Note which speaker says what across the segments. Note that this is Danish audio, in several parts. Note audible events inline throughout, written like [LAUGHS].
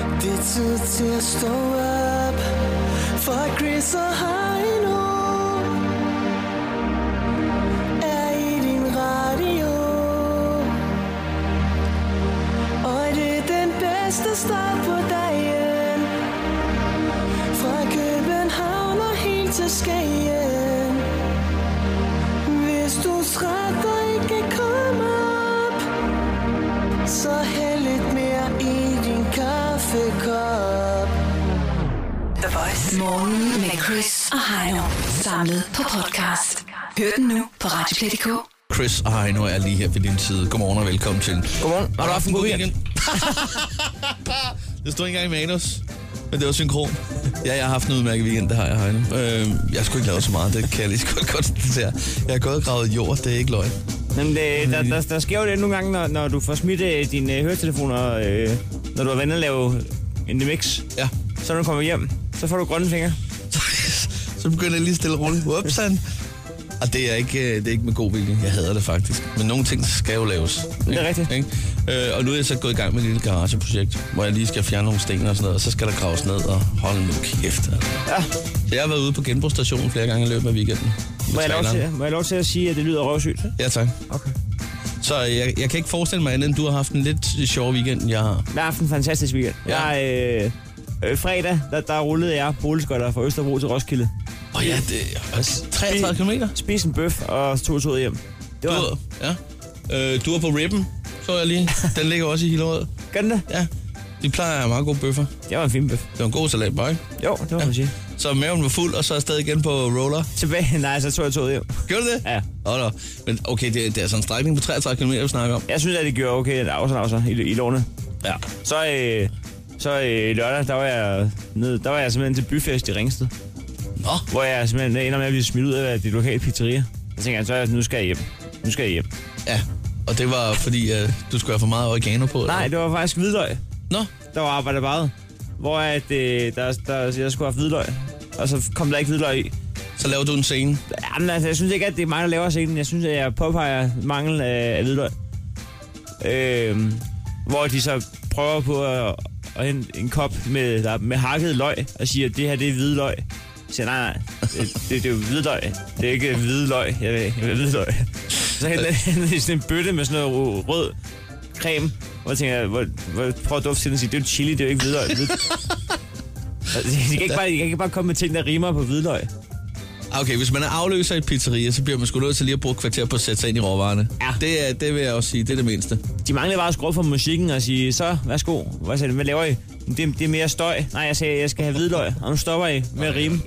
Speaker 1: altid til at stå op For Chris og Heino Er i din radio Og det er den bedste start på dagen Fra København og helt til Skagen Hvis du er træt og ikke kan komme op Så hæld lidt mere i din kaffekop
Speaker 2: The Voice. Morgen med Chris og Heino. Samlet på podcast. Hør den nu på Radioplay.dk.
Speaker 3: Chris og Heino er lige her ved din side. Godmorgen og velkommen til.
Speaker 4: Godmorgen.
Speaker 3: Har du haft en god weekend? [LAUGHS] det stod ikke engang i manus, men det var synkron. Ja, jeg har haft en udmærket weekend, det har jeg, Heino. Øh, jeg skulle ikke lave så meget, det kan jeg lige så godt [LAUGHS] konstatere. Jeg har gået og gravet jord, det er ikke løgn.
Speaker 4: Jamen, det, der, der, der sker jo det nogle gange, når, når du får smidt øh, dine øh, høretelefoner, øh, når du har været inde og lave en mix.
Speaker 3: Ja.
Speaker 4: Så når du kommer hjem, så får du grønne fingre.
Speaker 3: [LAUGHS] så begynder jeg lige stille og roligt. Upsan. Og det er, ikke, øh, det er ikke med god vilje. Jeg hader det faktisk. Men nogle ting skal jo laves.
Speaker 4: Det er rigtigt.
Speaker 3: Ikke? Øh, og nu er jeg så gået i gang med et lille garageprojekt, hvor jeg lige skal fjerne nogle sten og sådan noget, og så skal der graves ned og holde nu kæft. altså.
Speaker 4: Ja.
Speaker 3: Jeg har været ude på genbrugsstationen flere gange i løbet af weekenden. med
Speaker 4: Må jeg, lov
Speaker 3: traileren.
Speaker 4: til, må jeg lov til at sige, at det lyder røvsygt?
Speaker 3: Ja, tak.
Speaker 4: Okay.
Speaker 3: Så jeg, jeg kan ikke forestille mig andet, end du har haft en lidt sjov weekend, end jeg har.
Speaker 4: Jeg har haft en fantastisk weekend.
Speaker 3: Ja.
Speaker 4: Jeg, øh, øh, fredag, der, der rullede jeg boligskotter fra Østerbro til Roskilde.
Speaker 3: Og ja, det er også 33 km.
Speaker 4: Spiste en bøf og tog toget hjem. Det
Speaker 3: Du,
Speaker 4: var,
Speaker 3: er- ja. Øh, du er på Ribben, så jeg lige. Den ligger også i Hillerød.
Speaker 4: gør den det?
Speaker 3: Ja, de plejer at have meget gode bøffer.
Speaker 4: Det var en fin bøf.
Speaker 3: Det var en god salat, bare, ikke?
Speaker 4: Jo, det må man sige.
Speaker 3: Så maven var fuld, og så afsted igen på roller.
Speaker 4: Tilbage, [LAUGHS] nej, så tog jeg toget hjem.
Speaker 3: Gjorde du det?
Speaker 4: Ja.
Speaker 3: Oh, no. Men okay, det, er- det er altså en strækning på 33 km, vi snakker om.
Speaker 4: Jeg synes, at det gjorde okay, der også, også altså, i, i lånet.
Speaker 3: Ja.
Speaker 4: Så, øh, så øh, lørdag, der var, jeg nede, der var jeg simpelthen til byfest i Ringsted,
Speaker 3: Nå,
Speaker 4: hvor jeg simpelthen ender med at blive smidt ud af det lokale pizzeria. Jeg tænker, så er jeg- nu skal jeg hjem. Nu skal jeg hjem.
Speaker 3: ja. Og det var fordi, øh, du skulle have for meget oregano på? eller
Speaker 4: Nej, det
Speaker 3: hvad?
Speaker 4: var faktisk hvidløg,
Speaker 3: Nå,
Speaker 4: der var arbejdet bare. Hvor at, øh, der, der, jeg skulle have haft hvidløg, og så kom der ikke hvidløg i.
Speaker 3: så laver du en scene.
Speaker 4: Jamen, altså, jeg synes ikke, at det er mig, der laver scenen. Jeg synes, at jeg påpeger mangel af, af hvidløg. Øh, hvor de så prøver på at, at hente en kop med, der, med hakket løg og siger, at det her det er hvidløg. Jeg siger, nej, nej, det, det, det er jo hvidløg. Det er ikke hvidløg. Jeg vil, jeg vil hvidløg. Så henter henter de sådan en bøtte med sådan noget rød creme, hvor jeg tænker, hvor, hvor prøver at dufte til den og sige, det er jo chili, det er jo ikke hvidløg. Jeg kan, ikke bare, jeg kan ikke bare komme med ting, der rimer på hvidløg.
Speaker 3: Ah, Okay, hvis man er afløser i et pizzeria, så bliver man sgu nødt til lige at bruge et kvarter på at sætte sig ind i råvarerne.
Speaker 4: Ja.
Speaker 3: Det, er, det vil jeg også sige, det er det mindste.
Speaker 4: De manglede bare at skrue for musikken og sige, så værsgo, hvad, sagde, de, hvad laver I? Det, det er mere støj. Nej, jeg sagde, jeg skal have hvidløg, og nu stopper I med at rime.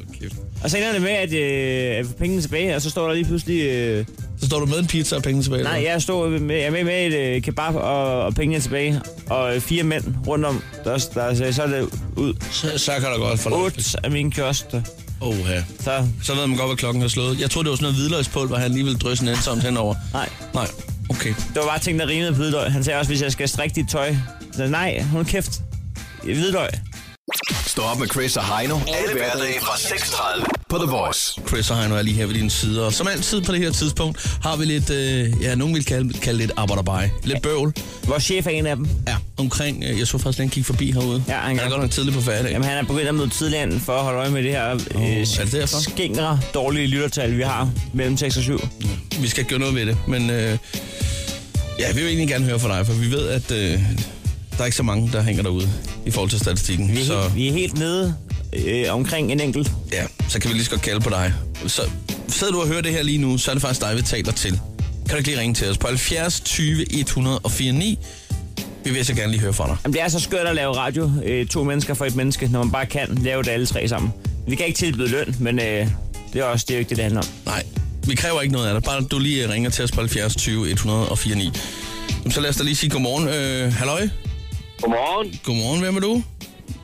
Speaker 4: Og så ender det med, at øh, jeg får pengene tilbage, og så står der lige pludselig... Øh,
Speaker 3: Så står du med en pizza og pengene tilbage?
Speaker 4: nej,
Speaker 3: eller
Speaker 4: jeg, står med, jeg er med med et øh, kebab og, og pengene tilbage, og øh, fire mænd rundt om, der, der, der så er det ud.
Speaker 3: hvad? Så, så kan der godt for
Speaker 4: Otte af mine kioster.
Speaker 3: Oh, ja.
Speaker 4: Så
Speaker 3: Så ved man godt, hvad klokken har slået. Jeg tror det var sådan noget hvidløgspulver, han lige ville drysse nænsomt henover.
Speaker 4: nej,
Speaker 3: Nej, okay.
Speaker 4: det var bare ting, der rimede på hvidløg. Han sagde også, hvis jeg skal strikke dit tøj. Så, nej, hun kæft. Hvidløg.
Speaker 5: Stå op med Chris og Heino. Alle hverdage fra 6.30 på The Voice.
Speaker 3: Chris og Heino er lige her ved din side, og som altid på det her tidspunkt har vi lidt, øh, ja, nogen vil kalde, kalde lidt arbejderbej, lidt bøvl.
Speaker 4: Vores chef er en af dem.
Speaker 3: Ja, omkring, øh, jeg så faktisk, at han gik forbi herude.
Speaker 4: Ja, han
Speaker 3: han er
Speaker 4: gør.
Speaker 3: godt nok tidligt på færdag.
Speaker 4: Jamen, han er begyndt at møde tidligere ind for at holde øje med det her øh,
Speaker 3: er det derfor?
Speaker 4: skingre dårlige lyttertal, vi har mellem 6 og 7.
Speaker 3: vi skal gøre noget ved det, men øh, ja, vi vil egentlig gerne høre fra dig, for vi ved, at øh, der er ikke så mange, der hænger derude i forhold til statistikken.
Speaker 4: Vi er,
Speaker 3: så,
Speaker 4: helt, vi er helt nede øh, omkring en enkelt.
Speaker 3: ja, så kan vi lige så godt kalde på dig. Så sidder du og hører det her lige nu, så er det faktisk dig, vi taler til. Kan du ikke lige ringe til os på 70 20 104 9? Vi vil så gerne lige høre fra dig.
Speaker 4: Jamen, det er så skørt at lave radio, øh, to mennesker for et menneske, når man bare kan lave det alle tre sammen. Vi kan ikke tilbyde løn, men øh, det er også det er jo ikke det, det handler om.
Speaker 3: Nej, vi kræver ikke noget af dig. Bare du lige øh, ringer til os på 70 20 104 9. Jamen, så lad os da lige sige godmorgen. Øh, halløj?
Speaker 6: Godmorgen,
Speaker 3: Godmorgen, hvem er du?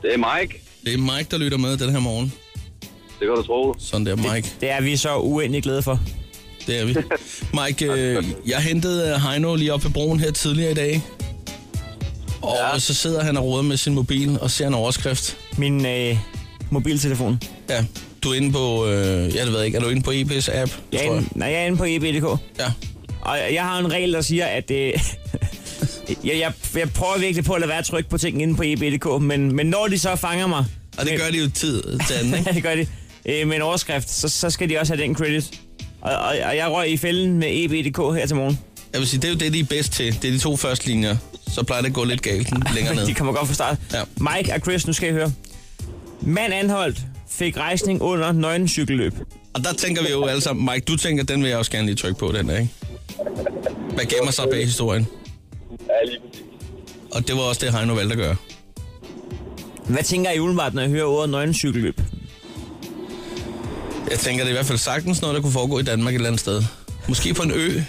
Speaker 6: det er Mike.
Speaker 3: Det er Mike, der lytter med den her morgen.
Speaker 6: Det kan du tro.
Speaker 3: Sådan der, Mike.
Speaker 4: Det er vi så uendelig glade for.
Speaker 3: Det er vi. Mike, øh, jeg hentede øh, Heino lige op ved broen her tidligere i dag. Og ja. så sidder han og råder med sin mobil og ser en overskrift.
Speaker 4: Min øh, mobiltelefon.
Speaker 3: Ja, du er inde på, øh, jeg ved jeg ikke, er du inde på EB's app?
Speaker 4: Jeg er, E
Speaker 3: tror
Speaker 4: inde, nej, jeg er inde på eb.dk,
Speaker 3: Ja.
Speaker 4: og [LAUGHS] jeg har en regel, der siger, at øh, Jeg, jeg, jeg prøver virkelig på at lade være tryk på ting inde på E eb.dk, men, men når de så fanger mig... [LAUGHS]
Speaker 3: Og det gør de jo tid til anden, ikke?
Speaker 4: Ja, det gør de. Øh, med en overskrift, så, så skal de også have den credit. Og, og, og jeg røg i fælden med E eb.dk her til morgen.
Speaker 3: Jeg vil sige, det er jo det, de er bedst til. Det er de to første linjer. Så plejer det at gå lidt galt længere
Speaker 4: [LAUGHS]
Speaker 3: ned.
Speaker 4: De kommer godt fra start.
Speaker 3: Ja.
Speaker 4: Ja. Mike og Chris, nu skal I høre. Mand anholdt fik rejsning under nøgencykelløb.
Speaker 3: Og der tænker vi jo alle sammen, Mike, du tænker, den vil jeg også gerne lige trykke på, den der, ikke? Hvad gemmer sig bag historien?
Speaker 6: Ja, lige præcis.
Speaker 3: Og det var også det, Heino valgte at gøre.
Speaker 4: Hvad tænker I umiddelbart, når I hører ordet nøgencykelløb?
Speaker 3: Jeg tænker, det er i hvert fald sagtens noget, der kunne foregå i Danmark et eller andet sted. Måske på en ø.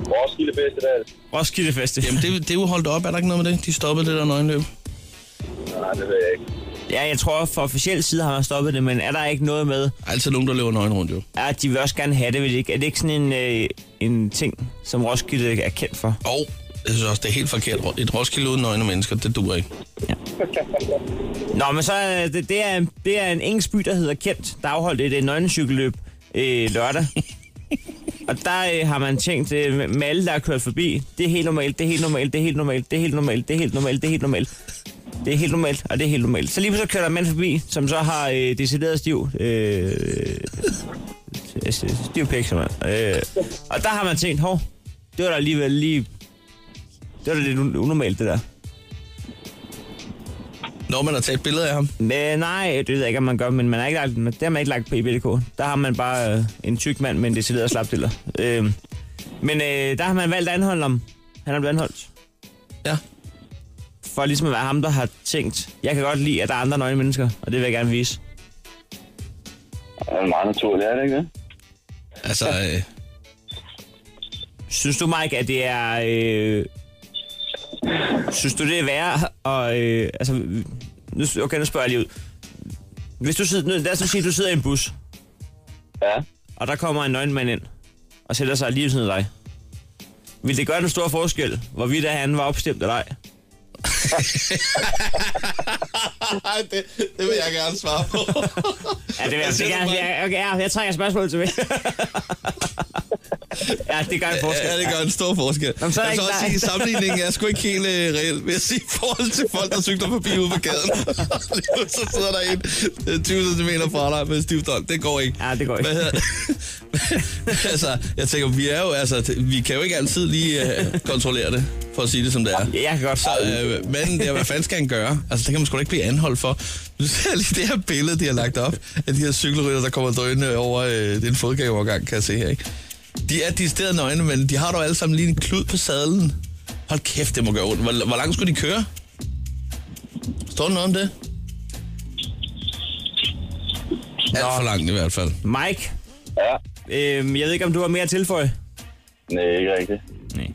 Speaker 6: Roskilde Festival.
Speaker 4: Roskilde Festival.
Speaker 3: Jamen, det, det er jo holdt op. Er der ikke noget med det? De stoppede det der nøgenløb.
Speaker 6: Nej, det ved jeg ikke.
Speaker 4: Ja, jeg tror, fra officiel side har man stoppet det, men er der ikke noget med,
Speaker 3: Altid nogen, der løber nøgen rundt, jo.
Speaker 4: at de vil også gerne have det, vil de ikke? Er det ikke sådan en, øh, en ting, som Roskilde er kendt for?
Speaker 3: Og jeg synes også, det er helt forkert. Et Roskilde uden nøgne mennesker, det duer ikke.
Speaker 4: Nå, men så er det, det, er, en- det er en engelsk by, der hedder Kent, der afholdt et øh, nøglencykelløb øh, lørdag. Og der øh, har man tænkt, øh, med alle, der er kørt forbi, det er helt normalt, det er helt normalt, det er helt normalt, det er helt normalt, det er helt normalt, det er helt normalt. Det er helt normalt, og det er helt normalt. Så lige pludselig kører der en mand forbi, som så har øh, decideret stiv... Øh, stiv pik, simpelthen. Øh, og der har man tænkt, hov, det var da alligevel lige... Det var da lidt un- unormalt, det der.
Speaker 3: Når man har taget et billede af ham.
Speaker 4: Men nej, det ved jeg ikke, om man gør, men man har ikke lagt, men det har man ikke lagt på IBDK. Der har man bare øh, en tyk mand med en decideret slapdiller. Øh, men øh, der har man valgt at anholde ham. Han er blevet anholdt.
Speaker 3: Ja.
Speaker 4: For ligesom at være ham, der har tænkt, jeg kan godt lide, at der er andre nøgne mennesker, og det vil jeg gerne vise.
Speaker 6: Det er meget naturligt, er det ikke det?
Speaker 3: Altså, øh,
Speaker 4: Synes du, Mike, at det er... Øh, synes du, det er værre? Og, øh, altså, nu, okay, nu spørger jeg lige ud. Hvis du sidder, nu, lad os nu sige, at du sidder i en bus,
Speaker 6: Ja.
Speaker 4: og der kommer en nøgenmand ind og sætter sig lige ved siden af dig. Vil det gøre den store forskel, hvorvidt at han var opstemt eller ej?
Speaker 3: Ej, det, det vil jeg gerne svare på.
Speaker 4: Ja, det vil jeg.
Speaker 3: siger
Speaker 4: Det
Speaker 3: du,
Speaker 4: gør,
Speaker 3: Mike?
Speaker 4: ja, okay, ja, jeg trækker spørgsmålet tilbage. [LAUGHS] ja, det gør en forskel.
Speaker 3: ja, det gør en stor forskel.
Speaker 4: Jamen, så er
Speaker 3: jeg
Speaker 4: der
Speaker 3: vil
Speaker 4: ikke
Speaker 3: også
Speaker 4: nej.
Speaker 3: sige, at sammenligningen er sgu ikke helt øh, reelt, vil jeg sige, i forhold til folk, der cykler forbi ude på gaden. [LAUGHS] Lige nu, så sidder der en øh, 20 cm fra dig med stiv dolk. Det går ikke.
Speaker 4: Ja, det går ikke.
Speaker 3: Hvad hedder- [LAUGHS] altså, jeg tænker, vi er jo, altså, t- vi kan jo ikke altid lige øh, kontrollere det, for at sige det, som det er.
Speaker 4: Ja, jeg kan godt.
Speaker 3: Så øh, manden der, hvad fanden skal han gøre? Altså, det kan man sgu da ikke blive anholdt for. Du ser lige det her billede, de har lagt op, af de her cykelrytter, der kommer drønende over øh, den fodgængerovergang, kan jeg se her, ikke? De er decideret nøgne, men de har dog alle sammen lige en klud på sadlen. Hold kæft, det må gøre ondt. Hvor, hvor langt skulle de køre? Står der noget om det? Alt for langt i hvert fald.
Speaker 4: Mike,
Speaker 6: Ja.
Speaker 4: øhm, jeg ved ikke, om du har mere at tilføje.
Speaker 6: Nej, ikke rigtigt.
Speaker 4: Nej.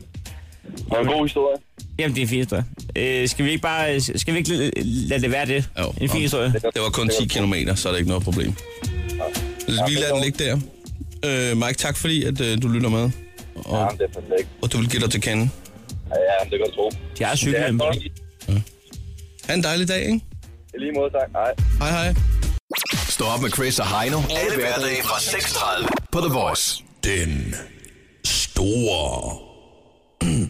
Speaker 6: Det var en god historie.
Speaker 4: Jamen, det er en fin historie. Øh, skal vi ikke bare... Skal vi ikke lade- lade det være det?
Speaker 3: Jo,
Speaker 4: en fin
Speaker 3: jo.
Speaker 4: historie.
Speaker 3: Det var kun 10 km, så er det ikke noget problem. Vi lader den ligge der. Øh, Mike, tak fordi at, øh, du lytter med,
Speaker 6: Ja, men det er perfekt.
Speaker 3: og du vil give dig til kende.
Speaker 6: Ja, ja, men det kan du tro.
Speaker 4: De har
Speaker 6: Det er
Speaker 4: cykelhjelm.
Speaker 6: godt.
Speaker 3: Ha' en dejlig dag, ikke?
Speaker 6: I lige måde, tak. Hej.
Speaker 3: Hej hej.
Speaker 5: Stå op med Chris og Heino. Alle hverdage fra 6.30 på The Voice.
Speaker 3: Den store, [CLEARS THROAT]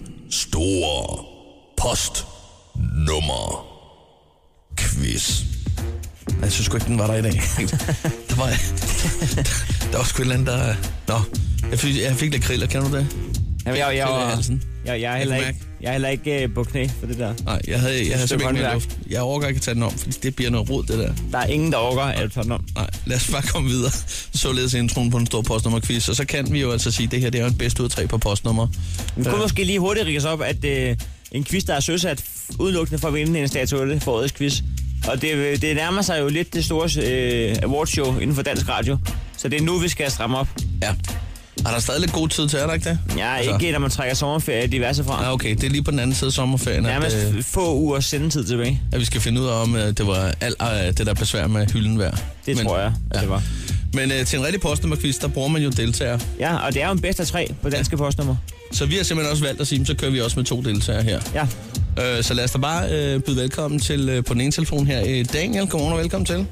Speaker 3: store postnummer quiz. Jeg synes sgu ikke, den var der
Speaker 4: [LAUGHS]
Speaker 3: i dag. der, var, der var [LAUGHS] sgu et eller andet, der... Nå, jeg fik, jeg fik lidt kriller, kender du det?
Speaker 4: Jamen, jeg, jeg,
Speaker 3: Til
Speaker 4: jeg,
Speaker 3: halsen.
Speaker 4: jeg, jeg, jeg, er heller ikke, jeg er heller ikke øh, på knæ for det der.
Speaker 3: Nej, jeg havde, jeg
Speaker 4: stykke
Speaker 3: havde simpelthen ikke mere
Speaker 4: håndværk.
Speaker 3: luft. Jeg overgår ikke at tage den om, fordi det bliver noget rod, det der.
Speaker 4: Der er ingen, der overgår alt for om.
Speaker 3: Nej, lad os bare komme videre. Således introen på den store postnummerquiz. Og så kan vi jo altså sige, at det her det er jo en bedst ud af tre på postnummer.
Speaker 4: Vi kunne måske lige hurtigt riges op, at øh, en quiz, der er søsat f- udelukkende for at vinde en statuette for årets quiz. Og det, øh, det nærmer sig jo lidt det store øh, awardshow inden for dansk radio. Så det er nu, vi skal stramme op.
Speaker 3: Ja. Er der stadig lidt god tid til, er der ikke det? Altså,
Speaker 4: Ja, ikke når man trækker sommerferie diverse fra.
Speaker 3: Ja, okay, det er lige på den anden side af sommerferien, at,
Speaker 4: Nærmest
Speaker 3: øh,
Speaker 4: f- få uger sendetid tilbage.
Speaker 3: at vi skal finde ud af, om øh, det var alt øh, det der besvær med hylden værd.
Speaker 4: Det tror jeg, at det var.
Speaker 3: Men øh, til en rigtig postnummerquiz, der bruger man jo deltagere.
Speaker 4: Ja, og det er jo en bedst af tre på danske postnummer.
Speaker 3: Så vi har simpelthen også valgt at sige, "Men så kører vi også med to deltagere her.
Speaker 4: Ja,
Speaker 3: Øh, så lad os da bare øh, byde velkommen til øh, på den ene telefon her. Øh, Daniel, godmorgen og velkommen til.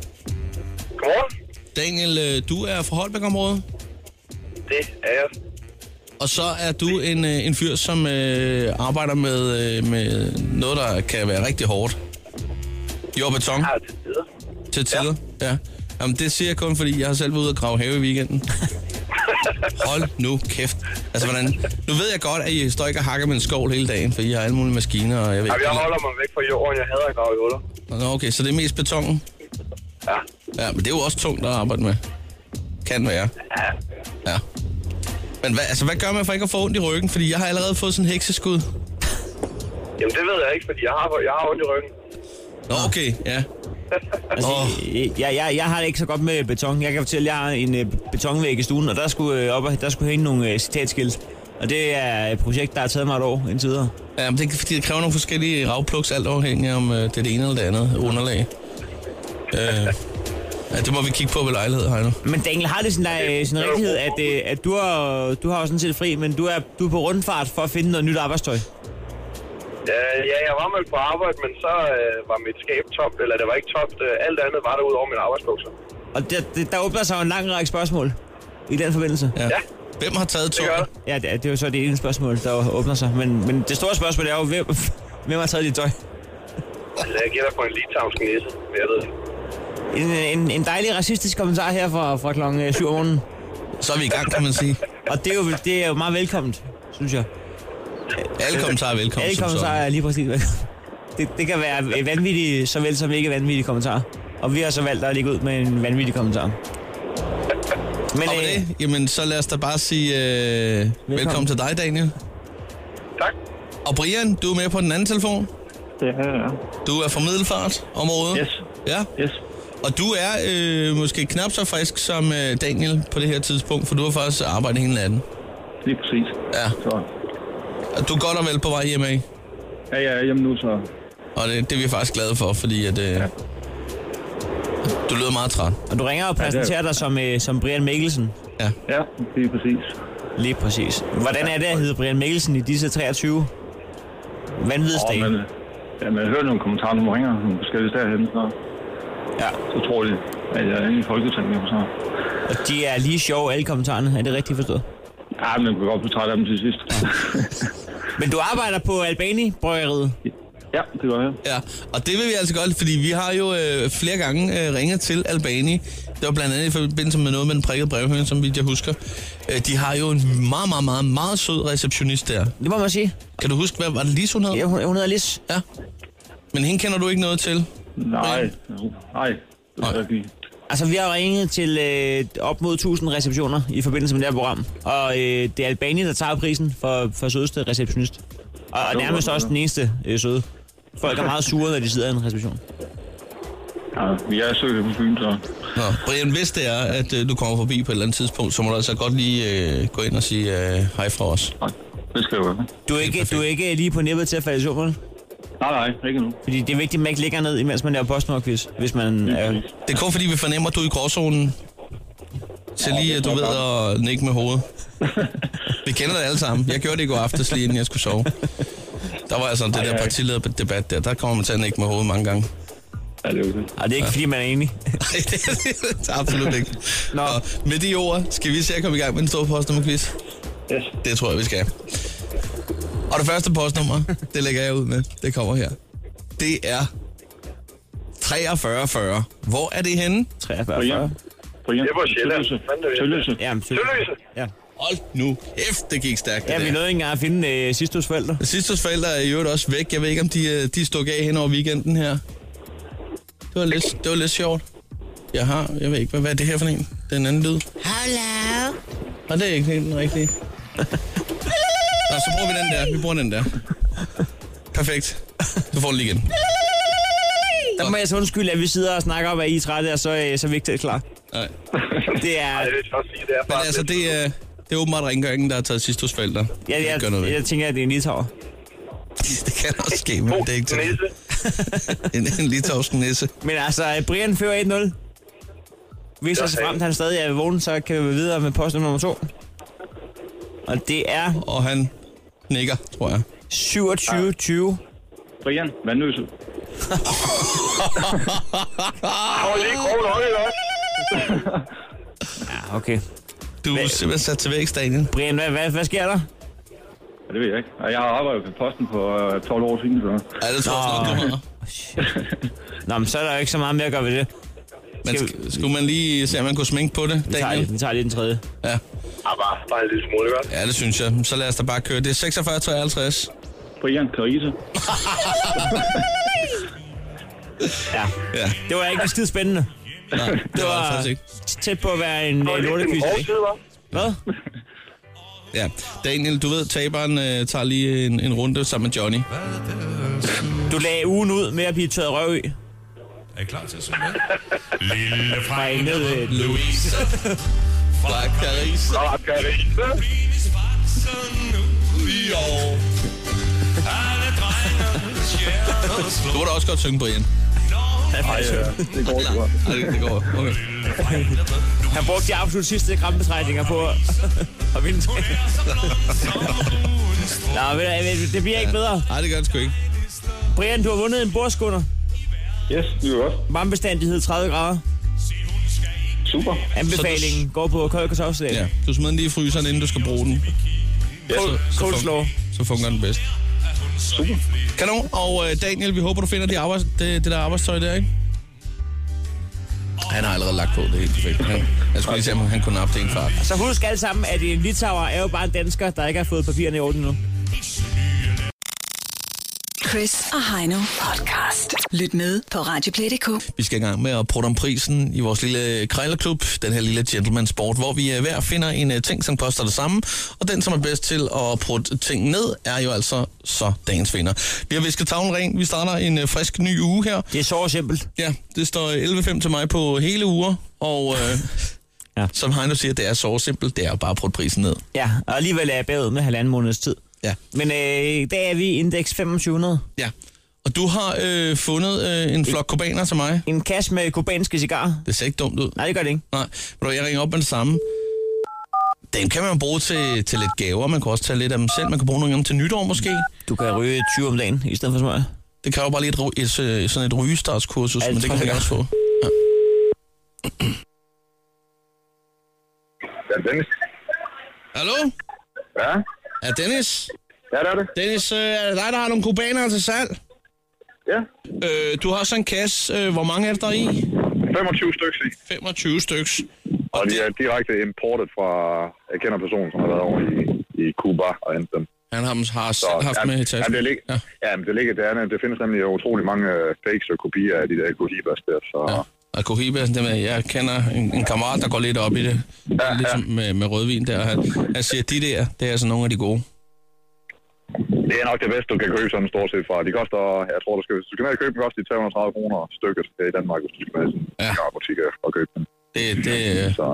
Speaker 6: Godmorgen.
Speaker 3: Daniel, øh, du er fra Holbæk-området.
Speaker 6: Det er jeg.
Speaker 3: Og så er du en, øh, en fyr, som øh, arbejder med, øh, med noget, der kan være rigtig hårdt. Jord og beton
Speaker 6: Ja, til tider.
Speaker 3: til tider. Ja. ja. Jamen, det siger jeg kun, fordi jeg har selv været ude og grave have i weekenden.
Speaker 6: [LAUGHS]
Speaker 3: Hold nu kæft. Altså, hvordan... Nu ved jeg godt, at I står ikke og hakker med en skovl hele dagen, for I har alle mulige maskiner, og jeg ved
Speaker 6: Jamen, jeg
Speaker 3: ikke...
Speaker 6: holder mig væk fra jorden. Jeg hader at grave i huller.
Speaker 3: Nå, okay, så det er mest betongen?
Speaker 6: Ja.
Speaker 3: Ja, men det er jo også tungt at arbejde med. Kan være.
Speaker 6: ja.
Speaker 3: Ja. Men hvad, altså, hvad gør man for ikke at få ondt i ryggen? Fordi jeg har allerede fået sådan en hekseskud.
Speaker 6: Jamen, det ved jeg ikke, fordi jeg har, jeg har ondt i ryggen.
Speaker 3: Nå, okay, ja.
Speaker 4: Altså,
Speaker 3: Åh.
Speaker 4: oh. jeg, jeg, jeg har det ikke så godt med beton. Jeg kan fortælle, at jeg har en øh, betonvæg i stuen, og der skulle, øh, op, og- der skulle hænge nogle øh, citatskilt. Og det er et projekt, der har taget mig et år indtil videre.
Speaker 3: Ja, men det, er fordi det kræver nogle forskellige ravpluks, alt afhængig om øh, det er det ene eller det andet underlag. Øh, ja, det må vi kigge på ved lejlighed, Heino.
Speaker 4: Men Daniel, har det sådan, der, øh, sådan en rigtighed, at, øh, at du, har, du har jo sådan set fri, men du er, du er på rundfart for at finde noget nyt arbejdstøj?
Speaker 6: Øh, ja, jeg var med på arbejde, men så øh, var mit skab tomt, eller det var ikke tomt. Øh, alt andet var der ud over mine arbejdsbukser.
Speaker 4: Og der, der, der åbner sig jo en lang række spørgsmål i den forbindelse. Ja,
Speaker 6: Ja,
Speaker 3: Hvem har taget
Speaker 6: det gør
Speaker 3: toget?
Speaker 6: det.
Speaker 4: ja det, er- det er jo så det ene spørgsmål, der åbner sig. Men, men det store spørgsmål er jo, hvem, hvem har taget dit tøj?
Speaker 6: Altså, jeg gætter på en litauisk næse, men jeg ved det.
Speaker 4: En, en, en dejlig racistisk kommentar her fra, fra klokken 7 om morgenen.
Speaker 3: Så er vi i gang, kan man sige.
Speaker 4: Og det er jo, det er jo meget velkomment, synes jeg.
Speaker 3: Alle kommentarer er velkommen.
Speaker 4: Alle
Speaker 3: som sådan.
Speaker 4: kommentarer er lige præcis [LAUGHS] velkommen. Det, det kan være øh, vanvittige, såvel som ikke vanvittige kommentarer. Og vi har så valgt at ligge ud med en vanvittig kommentar. Men,
Speaker 3: Og med
Speaker 4: øh,
Speaker 3: det, jamen, så lad os da bare sige øh, velkommen. velkommen til dig, Daniel.
Speaker 6: Tak.
Speaker 3: Og Brian, du er med på den anden telefon.
Speaker 7: Det her er.
Speaker 3: Du er fra Middelfart området.
Speaker 7: Yes.
Speaker 3: Ja,
Speaker 7: Yes.
Speaker 3: og du er øh, måske knap så frisk som øh, Daniel på det her tidspunkt, for du har faktisk arbejdet hele natten.
Speaker 7: Lige præcis.
Speaker 3: Ja,
Speaker 7: Så
Speaker 3: og du er godt og vel på vej hjemme af.
Speaker 7: ja, jeg er hjemme nu, så
Speaker 3: Og det, det er vi faktisk glade for, fordi at, øh, ja. du lyder meget træt.
Speaker 4: og du ringer og præsenterer dig som, øh, som Brian Mikkelsen.
Speaker 7: ja, lige præcis.
Speaker 4: Lige præcis. Hvordan er det at hedde Brian Mikkelsen i disse 23
Speaker 7: Og
Speaker 4: vanvidsdage?
Speaker 7: man, ja, man hører nogle kommentarer, når man ringer nogle forskellige steder hen, så,
Speaker 4: Ja.
Speaker 7: så tror de, at jeg er inde i Folketinget. Så.
Speaker 4: Og de er lige sjove, alle kommentarerne. Er det rigtigt forstået?
Speaker 7: Ja, men man kan godt blive træt af dem til sidst.
Speaker 4: Men du arbejder på Albani-brøgeriet.
Speaker 7: ja, det gør jeg.
Speaker 3: Ja, og det vil vi altså godt, fordi vi har jo øh, flere gange øh, ringet til Albani. Det var blandt andet i forbindelse med noget med den prikkede brevhøring, som vidt jeg husker. Øh, de har jo en meget, meget, meget, meget sød receptionist der.
Speaker 4: Det må man sige.
Speaker 3: Kan du huske, hvad var det lige hun hed?
Speaker 4: Ja, hun, hun hedder Lis.
Speaker 3: Ja. Men hende kender du ikke noget til?
Speaker 7: Nej, nej. Det er jeg ikke.
Speaker 4: Altså, vi har ringet til øh, op mod 1000 receptioner i forbindelse med det her program. Og øh, det er Albani, der tager prisen for, for sødeste receptionist. Og, og nærmest også den eneste øh, søde. Folk er meget sure, når de sidder i en reception.
Speaker 7: Ja, vi er søgt på Fyn, så
Speaker 3: Nå, Brian, hvis det er, at øh, du kommer forbi på et eller andet tidspunkt, så må du altså godt lige øh, gå ind og sige øh, hej fra os.
Speaker 7: nej, det skal jeg gøre.
Speaker 4: Du er ikke, du er ikke lige på nippet til at falde i søvn,
Speaker 7: Nej, nej, ikke nu.
Speaker 4: Fordi det er vigtigt, at man ikke ligger ned, imens man laver postnordquiz, hvis man er...
Speaker 3: Det er kun fordi, vi fornemmer, at du er i gråzonen. Så lige, at du ved at nikke med hovedet. Vi kender det alle sammen. Jeg gjorde det i går aftes, lige inden jeg skulle sove. Der var altså det der partilederdebat der. Der kommer man til at nikke med hovedet mange gange. [LAUGHS]
Speaker 7: Ja, det er okay.
Speaker 4: Og det er ikke, fordi man er enig. [LAUGHS]
Speaker 3: Nej, det er det absolut ikke. Nå. med de ord, skal vi se at komme i gang med den store postnummerquiz?
Speaker 7: Yes.
Speaker 3: Det tror jeg, vi skal. Og det første postnummer, det lægger jeg ud med. Det kommer her. Det er 4340. Hvor er det henne?
Speaker 4: 43.
Speaker 7: Brian. Brian.
Speaker 6: Det var Sjælland.
Speaker 7: Tølløse.
Speaker 6: Fanden, det ved jeg.
Speaker 7: Tølløse.
Speaker 4: Jamen,
Speaker 6: Tølløse.
Speaker 4: Ja.
Speaker 3: Hold nu kæft, det gik stærkt.
Speaker 4: ja, vi nåede ikke engang at finde øh, sidste hos forældre.
Speaker 3: Sidste forældre er i øvrigt også væk. Jeg ved ikke, om de, øh, de stod af hen over weekenden her. Det var lidt, det var lidt sjovt. Jeg har, jeg ved ikke, hvad, hvad er det her for en? Den anden lyd.
Speaker 2: Hello.
Speaker 3: Og det er ikke helt den rigtige. Nå, så bruger vi den der. Vi bruger den der. Perfekt. Du får den lige igen.
Speaker 4: Der må jeg så undskylde, at vi sidder og snakker om, at I er trætte, og så, øh, så er vi ikke til klar.
Speaker 3: Nej.
Speaker 4: Det er...
Speaker 6: Ej, det vil jeg godt sige, det er
Speaker 3: Men
Speaker 6: bare
Speaker 3: altså,
Speaker 6: lidt-
Speaker 3: det er, det er åbenbart rengøringen, der har taget sidst hos forældre.
Speaker 4: Ja, jeg,
Speaker 3: gør noget
Speaker 4: jeg,
Speaker 3: ved.
Speaker 4: jeg tænker, at det er en litauer.
Speaker 3: [LAUGHS] Det kan også ske, men det er ikke til
Speaker 6: Næse.
Speaker 3: en, en litauisk nisse.
Speaker 4: Men altså, øh, Brian fører 1-0. Hvis
Speaker 6: Ja,
Speaker 4: jeg så
Speaker 6: ja.
Speaker 4: frem, til han stadig er vågen, så kan vi videre med post nummer 2. Og det er
Speaker 3: Og han nikker, tror jeg.
Speaker 4: 2720.
Speaker 7: Brian. Vandløse.
Speaker 6: Åh, lige krogen højde, hva'?
Speaker 4: Ja, Ah, okay.
Speaker 3: Du er
Speaker 4: Hvad-
Speaker 3: simpelthen sat til væk, Daniel.
Speaker 4: Brian, hvad, hvad, hvad sker der?
Speaker 7: Ja, det ved jeg ikke. Og Jeg har arbejdet på posten på øh, 12 år siden, så...
Speaker 3: Ja, det tror jeg også nok, du har.
Speaker 4: Nå, men så er der jo ikke så meget mere at gøre ved det.
Speaker 3: Men
Speaker 4: Skal vi-
Speaker 3: sk- skulle man lige se, om man kunne sminke på det,
Speaker 4: Vi tager,
Speaker 3: Daniel?
Speaker 4: lige- vi tager lige den tredje.
Speaker 3: Ja.
Speaker 6: Ah, bare, bare en lille smule, ikke også?
Speaker 3: ja, det synes jeg. Så lad os da bare køre. Det er 46, 53.
Speaker 7: Brian Carise.
Speaker 4: Ja.
Speaker 3: Ja,
Speaker 4: Det var ikke skide spændende.
Speaker 3: nej, [LAUGHS] det var det faktisk ikke.
Speaker 4: tæt på at være en
Speaker 6: Det
Speaker 4: øh,
Speaker 6: er lidt
Speaker 4: lortekvist,
Speaker 6: en hård
Speaker 4: ikke?
Speaker 6: side, hva'?
Speaker 4: Hvad?
Speaker 3: Ja. Daniel, du ved, taberen øh, tager lige en, en runde sammen med Johnny.
Speaker 4: Du lagde ugen ud med at blive tørret røv i.
Speaker 8: Er I klar til at synge med? Lille
Speaker 4: Fra en
Speaker 8: Frank
Speaker 4: ned, øh,
Speaker 8: Louise
Speaker 3: Fra Caris.
Speaker 6: Nå, gør det ikke.
Speaker 8: Blive svarsen nu i år Alle drengernes hjerter
Speaker 3: Du
Speaker 8: slår
Speaker 3: må da også godt synge, Brian.
Speaker 7: Det går ikke godt.
Speaker 3: Nej, det, det går. Okay.
Speaker 8: Lille Frank Louise
Speaker 4: Han brugte de absolut sidste krampetrækninger på at- [LAUGHS] at vinde.
Speaker 8: er så blond som ugen
Speaker 4: Nå, ved du hvad, ved du, det bliver ikke bedre.
Speaker 3: Nej, det gør det sgu ikke.
Speaker 4: Brian, du har vundet en bordskunder.
Speaker 7: Yes, det er godt.
Speaker 4: Varmebestandighed 30 grader.
Speaker 7: Super.
Speaker 4: Anbefalingen går på kold kartoffelsalat.
Speaker 3: Ja. Du smider den lige i fryseren, inden du skal bruge den. Ja, så, så,
Speaker 4: Coleslaw.
Speaker 3: fungerer, så fungerer den bedst.
Speaker 7: Super.
Speaker 3: Kanon. Og øh, Daniel, vi håber, du finder det, arbejds, det, det der arbejdstøj der, ikke? Han har allerede lagt på, det er helt perfekt. Han, jeg skulle lige se, om han kunne nappe det i en fart.
Speaker 4: Så husk alle sammen, at en litauer er jo bare en dansker, der ikke har fået papirerne i orden nu.
Speaker 2: Chris og Heino podcast. Lyt med på Radioplay.dk.
Speaker 3: Vi skal i gang med at prøve om prisen i vores lille krejlerklub, den her lille gentleman sport, hvor vi øh, hver finder en øh, ting, som koster det samme, og den, som er bedst til at prutte ting ned, er jo altså så dagens vinder. Vi har visket tavlen ren, vi starter en øh, frisk ny uge her.
Speaker 4: Det er så simpelt.
Speaker 3: Ja, det står 11.5 til mig på hele uger, og øh, ja.
Speaker 4: Ja.
Speaker 3: som Heino siger, det er så simpelt, det er bare at prutte prisen ned.
Speaker 4: Ja, og alligevel er jeg bagud med halvanden måneds tid.
Speaker 3: Ja.
Speaker 4: Men øh, i dag er vi indeks 2500.
Speaker 3: Ja. Og du har øh, fundet øh, en flok kubaner til mig.
Speaker 4: En kasse med kubanske cigarer.
Speaker 3: Det ser ikke dumt ud.
Speaker 4: Nej, det gør det ikke.
Speaker 3: Nej. Ved du hvad, jeg ringer op med det samme. Dem kan man bruge til, til lidt gaver. Man kan også tage lidt af dem selv. Man kan bruge nogle af dem til nytår måske.
Speaker 4: Du kan ryge 20 om dagen i stedet for smøg.
Speaker 3: Det kræver bare lige et, ro- et, øh, sådan et rygestartskursus,
Speaker 4: Ja, det
Speaker 3: men det
Speaker 4: tror
Speaker 3: kan man
Speaker 4: jeg.
Speaker 3: også få.
Speaker 6: Ja, Dennis.
Speaker 3: Hallo?
Speaker 6: Ja,
Speaker 3: Er Dennis?
Speaker 6: ja, det er det.
Speaker 3: Dennis, øh, er det dig, der har nogle kubanere til salg?
Speaker 6: Ja,
Speaker 3: Øh, du har sådan en kasse. Øh, hvor mange er der i?
Speaker 6: 25 stykker i.
Speaker 3: 25 styks.
Speaker 6: Og de er direkte importet fra, jeg kender personen, som har været over i, i Cuba og hentet dem.
Speaker 3: Han har, har selv haft
Speaker 6: ja,
Speaker 3: med i
Speaker 6: ja,
Speaker 3: tasken.
Speaker 6: det ligger,
Speaker 3: Ja.
Speaker 6: ja. ja, men det ligger der. Det findes nemlig utrolig mange øh, fakes og kopier af de der Cohibas der, så... Ja.
Speaker 3: Og Cohiba, dem, er- jeg kender en, en kammerat, der går lidt op i det. Ja,
Speaker 6: ja.
Speaker 3: ligesom med, med rødvin der. og Han, han siger, de der, det er altså nogle af de gode.
Speaker 6: Det er nok det bedste, du kan købe sådan stort set fra. De koster, jeg tror, du skal, hvis du skal ned og købe dem, koster de 330 kroner stykket her i Danmark, hvis du skal med i sådan
Speaker 3: Ja.
Speaker 6: en ja. butik og købe dem.
Speaker 3: Det, det, øh,
Speaker 6: Så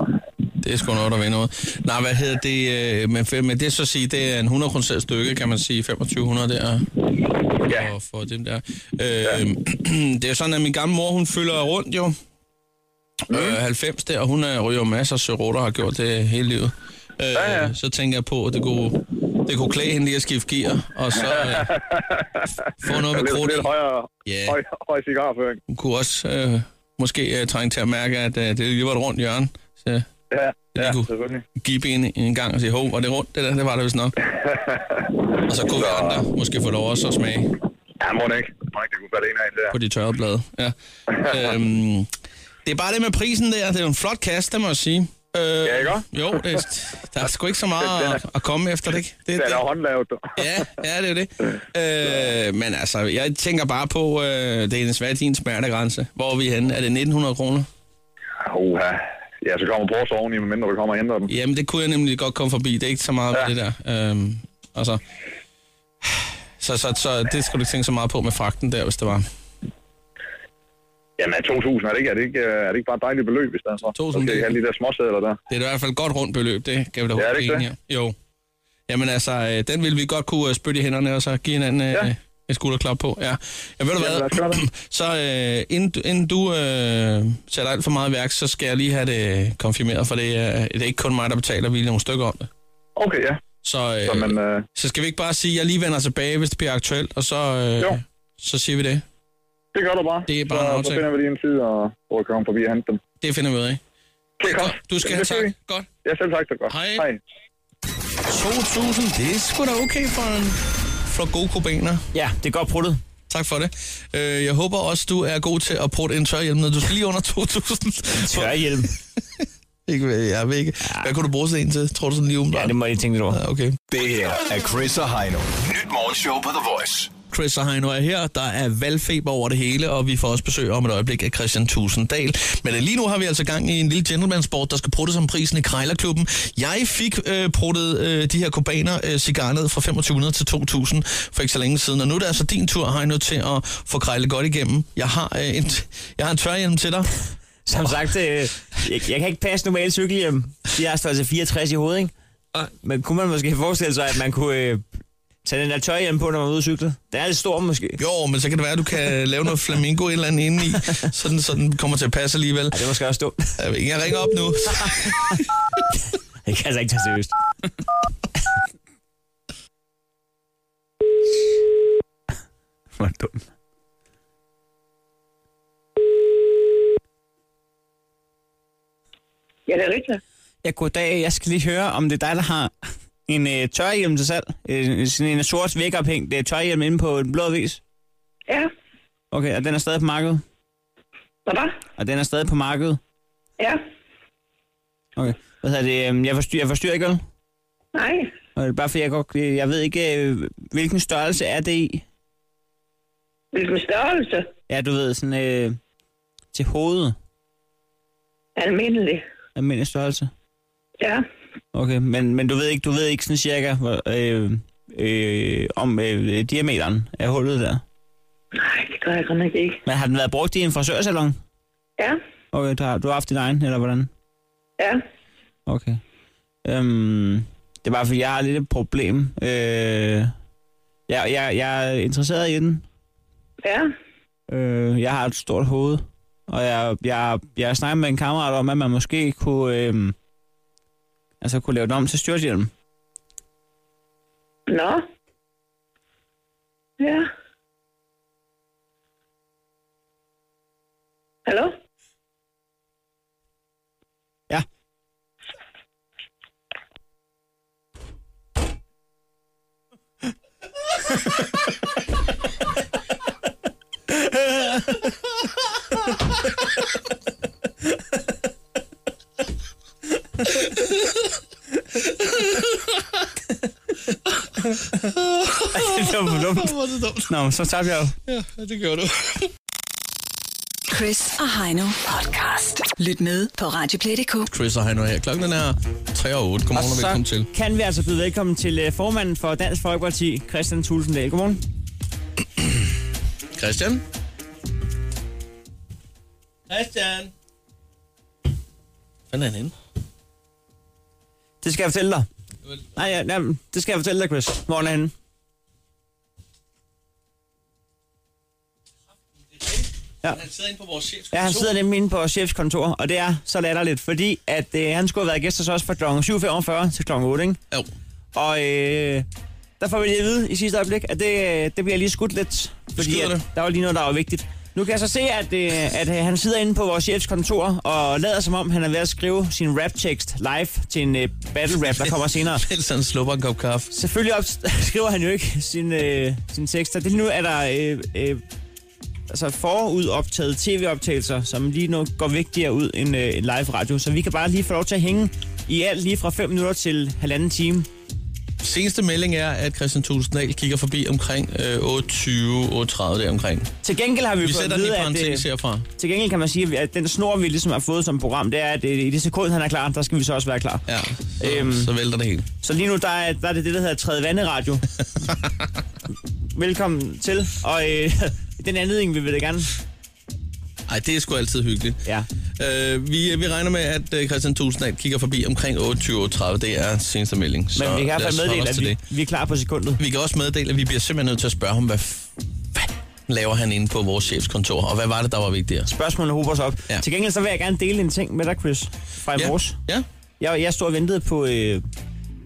Speaker 3: det er sgu noget, der ved noget. Nej, hvad hedder det? øh, Men, fe- men det er så at sige, det er en 100 kroner stykke, kan man sige. 2500 der.
Speaker 6: ja,
Speaker 3: For, for dem der. Øh, [CLEARS THROAT] Det er jo sådan, at min gamle mor, hun fylder rundt jo.
Speaker 6: Mm.
Speaker 3: Øh, 90 der, og hun er, ryger jo masser af sørotter og har gjort det hele livet. Øh, ja, ja. Så tænker jeg på, at det kunne, det kunne klæde hende lige at skifte gear, og
Speaker 6: [LAUGHS]
Speaker 3: så øh, få noget med
Speaker 6: lidt,
Speaker 3: krudt
Speaker 6: lidt
Speaker 3: i.
Speaker 6: højere,
Speaker 3: Ja.
Speaker 6: høj, høj cigarføring.
Speaker 3: Hun kunne også øh, måske øh, trænge til at mærke, at øh, det lige var et rundt hjørne. Så
Speaker 6: Ja,
Speaker 3: Det
Speaker 6: ja,
Speaker 3: kunne-
Speaker 6: selvfølgelig.
Speaker 3: give en, en gang og sige, hov, var det rundt? Det, der, det var det vist nok. og så kunne
Speaker 6: [LAUGHS]
Speaker 3: vi andre måske få lov også at smage
Speaker 6: Ja, må det ikke. Må ikke, det kunne være det ene af en der.
Speaker 3: på de tørrede blade. Ja. øhm, det er bare det med prisen der. Det er jo en flot kast, det må jeg sige. Øh, ja,
Speaker 6: ikke også?
Speaker 3: Jo, det, er- der er sgu ikke så
Speaker 6: [LAUGHS]
Speaker 3: meget at, at komme efter, det, ikke? Det,
Speaker 6: Det er da håndlavet. du.
Speaker 3: Ja, ja, det er jo det. Øh, men altså, jeg tænker bare på, øh, det er en svær din smertegrænse. Hvor er vi henne? Er det 1900 kroner?
Speaker 6: Oha. Ja, så kommer Porsche oveni, medmindre du kommer og henter dem.
Speaker 3: Jamen, det kunne jeg nemlig godt komme forbi. Det er ikke så meget ja.
Speaker 6: Ja.
Speaker 3: det der. Øhm, altså, så, så, så det skulle du ikke tænke så meget på med fragten der, hvis det var.
Speaker 6: Jamen, 2.000, er det ikke, er det ikke, øh, er det ikke bare et dejligt beløb, hvis der er så?
Speaker 3: 2.000,
Speaker 6: Så skal
Speaker 3: det-
Speaker 6: jeg have de der småsedler der.
Speaker 3: Det er i hvert fald et godt rundt beløb, det kan vi da håbe.
Speaker 6: er det
Speaker 3: vi
Speaker 6: ikke
Speaker 3: enige om. Jo. Jamen altså, øh, den ville vi godt kunne øh, spytte i hænderne, og så give hinanden øh, ja.
Speaker 6: Ja.
Speaker 3: et skulderklap på. Ja, ja ved du
Speaker 6: Jamen, lad os gøre
Speaker 3: hvad?
Speaker 6: det.
Speaker 3: så øh, inden, du- inden du øh, sætter alt for meget i værk, så skal jeg lige have det konfirmeret, for det, øh, det er ikke kun mig, der betaler, vi er nogle stykker om det.
Speaker 6: Okay, ja.
Speaker 3: Så, øh,
Speaker 6: Så, men, øh,
Speaker 3: så skal vi ikke bare sige, at jeg lige vender tilbage, hvis det bliver aktuelt, og så, øh,
Speaker 6: Jo.
Speaker 3: så siger vi det.
Speaker 6: det gør du bare.
Speaker 3: Det er bare en
Speaker 6: så, så
Speaker 3: aftale.
Speaker 6: finder vi lige en tid, og, hvor jeg kommer forbi og hente dem.
Speaker 3: Det finder vi ud af.
Speaker 6: Det er godt.
Speaker 3: Du skal have tak. Godt.
Speaker 6: Ja, selv tak, det er godt.
Speaker 3: Hej. 2.000, det er sgu da okay for en for gode kubaner.
Speaker 4: Ja, det er godt pruttet.
Speaker 3: Tak for det. Øh, Jeg håber også, du er god til at prutte en tørhjelm ned. Du skal lige under 2.000.
Speaker 4: Tørhjelm.
Speaker 3: Ikke, hvad- jeg ved ikke. Hvad kunne du bruge sådan en til? Tror du sådan lige
Speaker 4: Ja,
Speaker 3: umiddelbart?
Speaker 4: det må jeg lige tænke lidt over.
Speaker 3: Ja, Ah, okay.
Speaker 5: Det her er Chris og Heino. Nyt morgenshow på The Voice.
Speaker 3: Chris og Heino er her. Der er valgfeber over det hele, og vi får også besøg om et øjeblik af Christian Tusinddal. Men øh, lige nu har vi altså gang i en lille gentleman-sport, der skal prutte som prisen i Krejlerklubben. Jeg fik øh, pruttet øh, de her kubaner øh, cigarer ned fra 2500 til 2000 for ikke så længe siden. Og nu er det altså din tur, Heino, til at få Krejle godt igennem. Jeg har, øh, en, jeg har en tørhjelm til dig.
Speaker 4: Som sagt, øh, jeg, jeg kan ikke passe normalt cykelhjem. De har størrelse 64 altså i hovedet, ikke?
Speaker 3: Nej.
Speaker 4: Men kunne man måske forestille sig, at man kunne øh, tage den der tørhjelm på, når man er ude at cykle? Det er lidt stor måske. Ej,
Speaker 3: Jo, men så kan det være, at du kan lave noget flamingo et eller andet
Speaker 5: [LAUGHS]
Speaker 3: indeni, sådan, så den kommer til at passe alligevel.
Speaker 4: det er måske også dumt.
Speaker 3: Øh, Jeg ved ikke, Jeg ringer op
Speaker 4: [LAUGHS]
Speaker 3: nu.
Speaker 4: Det kan [LAUGHS] jeg altså ikke tage seriøst. Hvor dumt.
Speaker 9: Ja, det er rigtigt.
Speaker 4: Ja, goddag. Jeg skal lige høre, om det er dig, der har en øh, tørhjelm til salg. Øh, sådan en sort vækophæng. Det er tørhjelm inde på en blå avis.
Speaker 9: Ja.
Speaker 4: Okay, og den er stadig på markedet?
Speaker 9: Hvad da?
Speaker 4: Og den er stadig på markedet?
Speaker 9: Ja.
Speaker 4: Okay. Hvad hedder det? øhm, Jeg forstyrrer, jeg forstyrrer ikke, vel?
Speaker 9: Nej.
Speaker 4: Og det er Bare fordi jeg, godt, jeg ved ikke, øh, hvilken størrelse er det i?
Speaker 9: Hvilken størrelse?
Speaker 4: Ja, du ved, sådan øh, til hovedet.
Speaker 9: Almindelig.
Speaker 4: Almindelig størrelse.
Speaker 9: Ja.
Speaker 4: Okay, men, men du ved ikke, du ved ikke sådan cirka, hvor, øh, øh, om øh, diameteren af hullet der.
Speaker 9: Nej, det gør jeg godt nok ikke.
Speaker 4: Men har den været brugt i en frisørsalon?
Speaker 9: Ja.
Speaker 4: Okay, du har, du har haft din egen, eller hvordan?
Speaker 9: Ja.
Speaker 4: Okay. Øhm, det er bare, fordi jeg har lidt et problem. Øh, jeg, jeg, jeg er interesseret i den.
Speaker 9: Ja.
Speaker 4: Øh, jeg har et stort hoved, og jeg, jeg, jeg snakker med en kammerat om, at man måske kunne, øh, altså kunne lave den om til styrthjelm.
Speaker 9: Nå. Ja. Hallo?
Speaker 4: Ja. det var for dumt.
Speaker 3: Hvor er det dumt.
Speaker 4: Nå, men så tabte jeg jo.
Speaker 3: Ja, det gør du.
Speaker 2: Chris og Heino podcast. Lyt med på Radioplay.dk.
Speaker 3: Chris og Heino her. Klokken er 3 og 8. Godmorgen og, velkommen til.
Speaker 4: kan vi altså byde velkommen til øh, formanden for Dansk Folkeparti, Christian Tulsendal. Godmorgen.
Speaker 3: Christian? Christian? Hvordan er han henne?
Speaker 4: Det skal jeg fortælle dig. Nej, ja, nej, det skal jeg fortælle dig, Chris. Hvor er han henne? Ja.
Speaker 3: Han sidder inde på vores chefs
Speaker 4: Ja, han sidder nemlig inde på chefs kontor, og det er så latterligt, fordi at øh, han skulle have været gæst hos os fra kl. 7.45 til kl. 8, ikke?
Speaker 3: Jo.
Speaker 4: Og øh, der får vi lige at vide i sidste øjeblik, at det, øh, det bliver lige skudt lidt. Fordi
Speaker 3: skyder
Speaker 4: at,
Speaker 3: det.
Speaker 4: der var lige noget, der var vigtigt. Nu kan jeg så se, at, øh, at øh, han sidder inde på vores chefs kontor og lader som om, han er ved at skrive sin raptekst live til en øh, battle rap, der kommer
Speaker 3: [LAUGHS]
Speaker 4: senere.
Speaker 3: Mens han slupper en kop kaffe.
Speaker 4: Selvfølgelig op, [LAUGHS] skriver han jo ikke sin, øh, sin tekster. Det nu er der øh, øh, altså forudoptaget tv-optagelser, som lige nu går vigtigere ud end øh, en live radio. Så vi kan bare lige få lov til at hænge i alt lige fra 5 minutter til halvanden time.
Speaker 3: Seneste melding er, at Christian Tulsendal kigger forbi omkring øh, 8.20-8.30 deromkring.
Speaker 4: Til gengæld har vi,
Speaker 3: Vi
Speaker 4: fået
Speaker 3: sætter
Speaker 4: at
Speaker 3: den i
Speaker 4: vide, at, øh,
Speaker 3: parentes herfra.
Speaker 4: til gengæld kan man sige, at den snor, vi ligesom har fået som program, det er, at øh, i det sekund, han er klar, der skal vi så også være klar.
Speaker 3: Ja, så,
Speaker 4: Øhm.
Speaker 3: så vælter det helt.
Speaker 4: Så lige nu, der er, der er det det, der hedder tredje
Speaker 3: [LAUGHS]
Speaker 4: vanderadio. Velkommen til. Og øh, [LAUGHS] den anledning, vi vil da gerne.
Speaker 3: Ej, det er sgu altid hyggeligt.
Speaker 4: Ja.
Speaker 3: Øh, vi, vi regner med, at øh, Christian Tulsendal kigger forbi omkring 8.20-8.30. Det er seneste melding.
Speaker 4: Men vi kan i hvert
Speaker 3: lad os
Speaker 4: fald
Speaker 3: holde
Speaker 4: meddele,
Speaker 3: os
Speaker 4: at
Speaker 3: til
Speaker 4: vi,
Speaker 3: det.
Speaker 4: vi er klar på sekundet.
Speaker 3: Vi kan også meddele, at vi bliver simpelthen nødt til at spørge ham, hvad fanden laver han inde på vores chefskontor, og hvad var det, der var vigtigere?
Speaker 4: Spørgsmålene hober sig op.
Speaker 3: Ja.
Speaker 4: Ja. Til gengæld så vil jeg gerne dele en ting med dig, Chris, fra i
Speaker 3: Ja.
Speaker 4: morges.
Speaker 3: Ja,
Speaker 4: Jeg, jeg stod og ventede på, øh,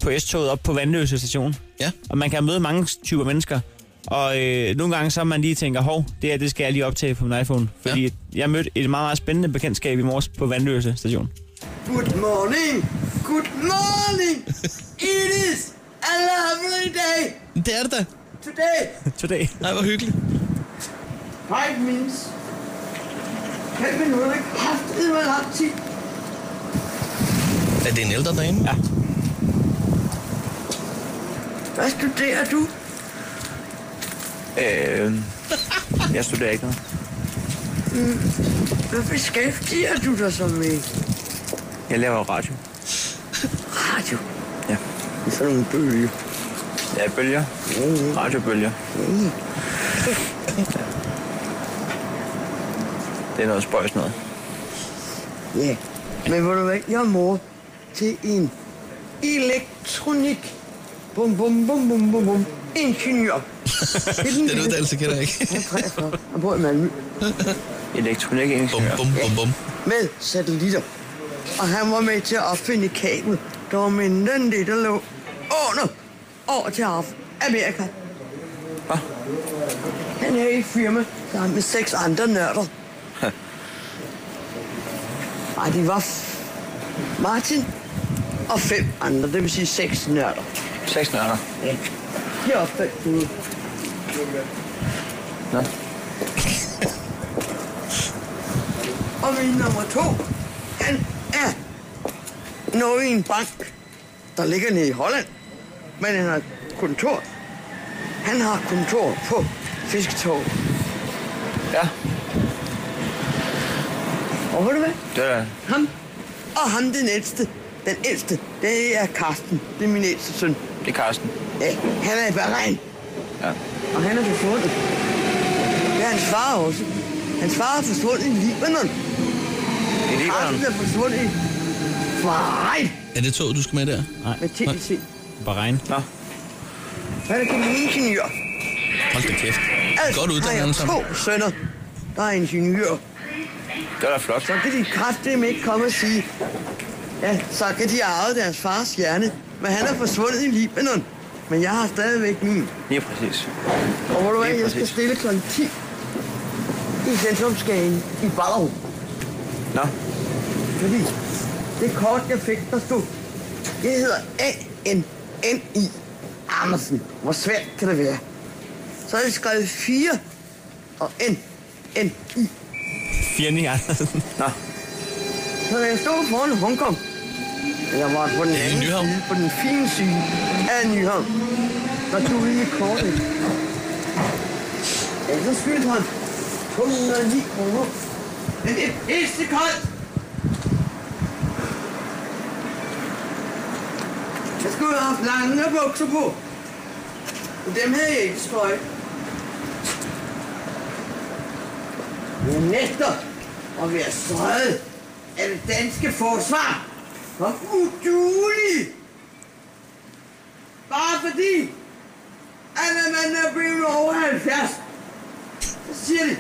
Speaker 4: på S-toget op på Vandløse station,
Speaker 3: ja.
Speaker 4: og man kan møde mange typer mennesker. Og øh, nogle gange så man lige tænker, hov, det her det skal jeg lige optage på min iPhone. Fordi
Speaker 3: Ja.
Speaker 4: ja. jeg mødte et meget, meget spændende bekendtskab i morges på Vandløse station.
Speaker 10: Good morning. Good morning. It is a lovely day.
Speaker 3: Det er det da.
Speaker 10: Today,
Speaker 4: [LAUGHS] Today.
Speaker 3: Nej, hvor hyggeligt.
Speaker 10: five minutes. Fem minutter. Haft det var lang tid.
Speaker 3: Er det en ældre dame? Ja.
Speaker 10: Hvad studerer du?
Speaker 4: Øh,
Speaker 10: Øhm,
Speaker 4: jeg studerer ikke noget.
Speaker 10: Mm. Hvad beskæftiger du dig så med?
Speaker 4: Jeg laver radio.
Speaker 10: Radio.
Speaker 4: Ja.
Speaker 10: Det er sådan nogle bølger.
Speaker 4: Ja, bølger. Radiobølger.
Speaker 10: Mm.
Speaker 4: Det er noget spøjs noget.
Speaker 10: Ja. Men ved du hvad, jeg er mor til en elektronik. Bum, bum, bum, bum, bum, bum. Ingeniør.
Speaker 3: Den uddannelse kender jeg
Speaker 4: [LAUGHS]
Speaker 3: ikke.
Speaker 10: Han er 43. Han bor i Malmø.
Speaker 4: Elektronik
Speaker 3: Bum, bum, bum, bum.
Speaker 10: med satellitter. Og han var med til at opfinde kabel, der var mindre end det, der lå under over til Af Amerika. Hvad? Han er i et firma sammen med seks andre nørder. Ej, de var f- Martin og fem andre, det vil sige seks nørder.
Speaker 4: Seks nørder.
Speaker 10: Ja. De opfandt det.
Speaker 4: Nå.
Speaker 10: Og min nummer to, han er noget i en bank, der ligger nede i Holland. Men han har kontor. Han har kontor på Fisketog.
Speaker 4: Ja.
Speaker 10: Og ved du hvad?
Speaker 4: Det er
Speaker 10: Ham og ham den ældste. Den ældste, det er Karsten. Det er min ældste søn.
Speaker 4: Det er Karsten.
Speaker 10: Ja, han er i Bahrain.
Speaker 4: Ja.
Speaker 10: Og han er forsvundet. Det er hans far også. Hans far er forsvundet i Libanon.
Speaker 4: I
Speaker 3: Libanon?
Speaker 10: Karsten er forsvundet
Speaker 6: إيه؟
Speaker 10: i Bahrain.
Speaker 3: Er det toget, du skal med der?
Speaker 4: Nej.
Speaker 10: Med TDC.
Speaker 4: Bahrein. Nå.
Speaker 10: Han er kommuningeniør.
Speaker 3: Hold da kæft.
Speaker 4: Altså,
Speaker 3: Godt uddannet alle
Speaker 10: alle
Speaker 3: sammen.
Speaker 10: to sønner, der er ingeniører.
Speaker 4: Det er da flot.
Speaker 10: Så kan de kraftedeme ikke komme og sige, ja, så kan de arve deres fars hjerne, men han er forsvundet i Libanon. Men jeg har stadigvæk min.
Speaker 4: Lige præcis.
Speaker 10: Og hvor du er,
Speaker 4: Lige
Speaker 10: jeg skal
Speaker 4: præcis.
Speaker 10: stille kl. 10 i Centrumskagen i Ballerup.
Speaker 4: Nå.
Speaker 10: Fordi det kort, jeg fik, der stod, det hedder A-N-N-I Andersen. Hvor svært kan det være? Så har jeg skrevet 4 og N-N-I.
Speaker 4: Fjending Andersen. Nå.
Speaker 10: Så da jeg stod foran Hongkong, jeg var på den anden side, på den fine side af Nyhavn, der tog jeg mit kort ind. Ja, så skyldte han 209 kroner. Men det er pisse koldt! Jeg skulle have haft lange bukser på. Men dem havde jeg ikke strøget. Jeg nægter at være strøget af det danske forsvar og uduelig. Bare fordi, at når man er blevet over 70, så siger de,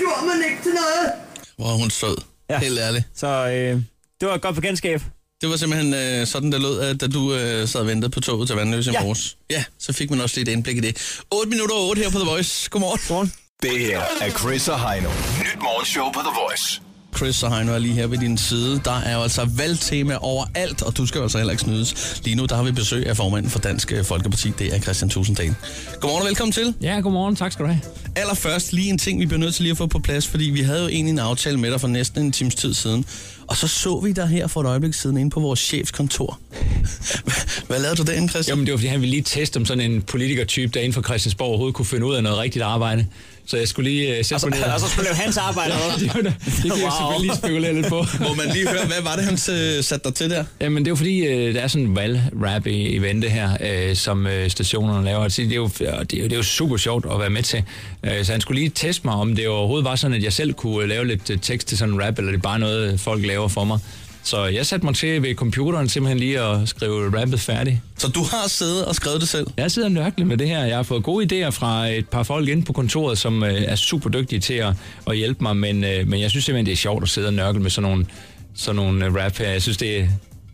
Speaker 10: dur man ikke til noget.
Speaker 3: Hvor er hun sød. Ja. Helt ærligt.
Speaker 4: Så øh, det var et godt bekendtskab.
Speaker 3: Det var simpelthen øh, sådan, det lød, at da du øh, sad og ventede på toget til Vandløse i morges. Ja, så fik man også lidt indblik i det. 8 minutter over 8 her på The Voice. Godmorgen.
Speaker 4: Godmorgen.
Speaker 3: Det her er Chris og Heino.
Speaker 5: Nyt morgenshow på The Voice.
Speaker 3: Chris og Heino er lige her ved din side. Der er jo altså valgtema overalt, og du skal jo altså heller ikke snydes. Lige nu der har vi besøg af formanden for Dansk øh, Folkeparti, det er Christian Tusinddal. Godmorgen og velkommen til.
Speaker 11: Ja, godmorgen. Tak skal du have.
Speaker 3: Allerførst lige en ting, vi bliver nødt til lige at få på plads, fordi vi havde jo egentlig en aftale med dig for næsten en times tid siden. Og så så vi dig her for et øjeblik siden inde på vores chefskontor. [LAUGHS] Hvad lavede du derinde, Christian?
Speaker 11: Jamen, det var, fordi han ville lige teste, om sådan en politikertype, der inden for Christiansborg overhovedet kunne finde ud af noget rigtigt arbejde. Så jeg skulle lige uh, sætte
Speaker 4: Altså,
Speaker 11: mig ned.
Speaker 4: og så skulle du lave hans arbejde,
Speaker 11: [LAUGHS] ja,
Speaker 4: eller hvad?
Speaker 11: det, var, da- det kan wow. jeg
Speaker 4: Wow.
Speaker 11: selvfølgelig lige spekulere lidt på.
Speaker 3: Må man lige høre, hvad var det, han øh, satte dig til der?
Speaker 11: Jamen, det er jo fordi, øh, der er sådan en valgrap i, i vente her, øh, som øh, stationerne laver. Så Det er, jo, og det, er jo, det er jo super sjovt at være med til. Øh, så han skulle lige teste mig, om det overhovedet var sådan, at jeg selv kunne øh, lave lidt øh, tekst til sådan en rap, eller det er bare noget, øh, folk laver for mig. Så jeg satte mig til ved computeren simpelthen lige at skrive rappet færdigt.
Speaker 3: Så du har siddet og skrevet det selv?
Speaker 11: Jeg sidder og nørklet med det her. Jeg har fået gode idéer fra et par folk inde på kontoret, som øh, er super dygtige til at, at hjælpe mig, men, øh, men jeg synes simpelthen, det er sjovt at sidde og nørkle med sådan nogle, sådan nogle øh, rap her. Jeg synes, det, er-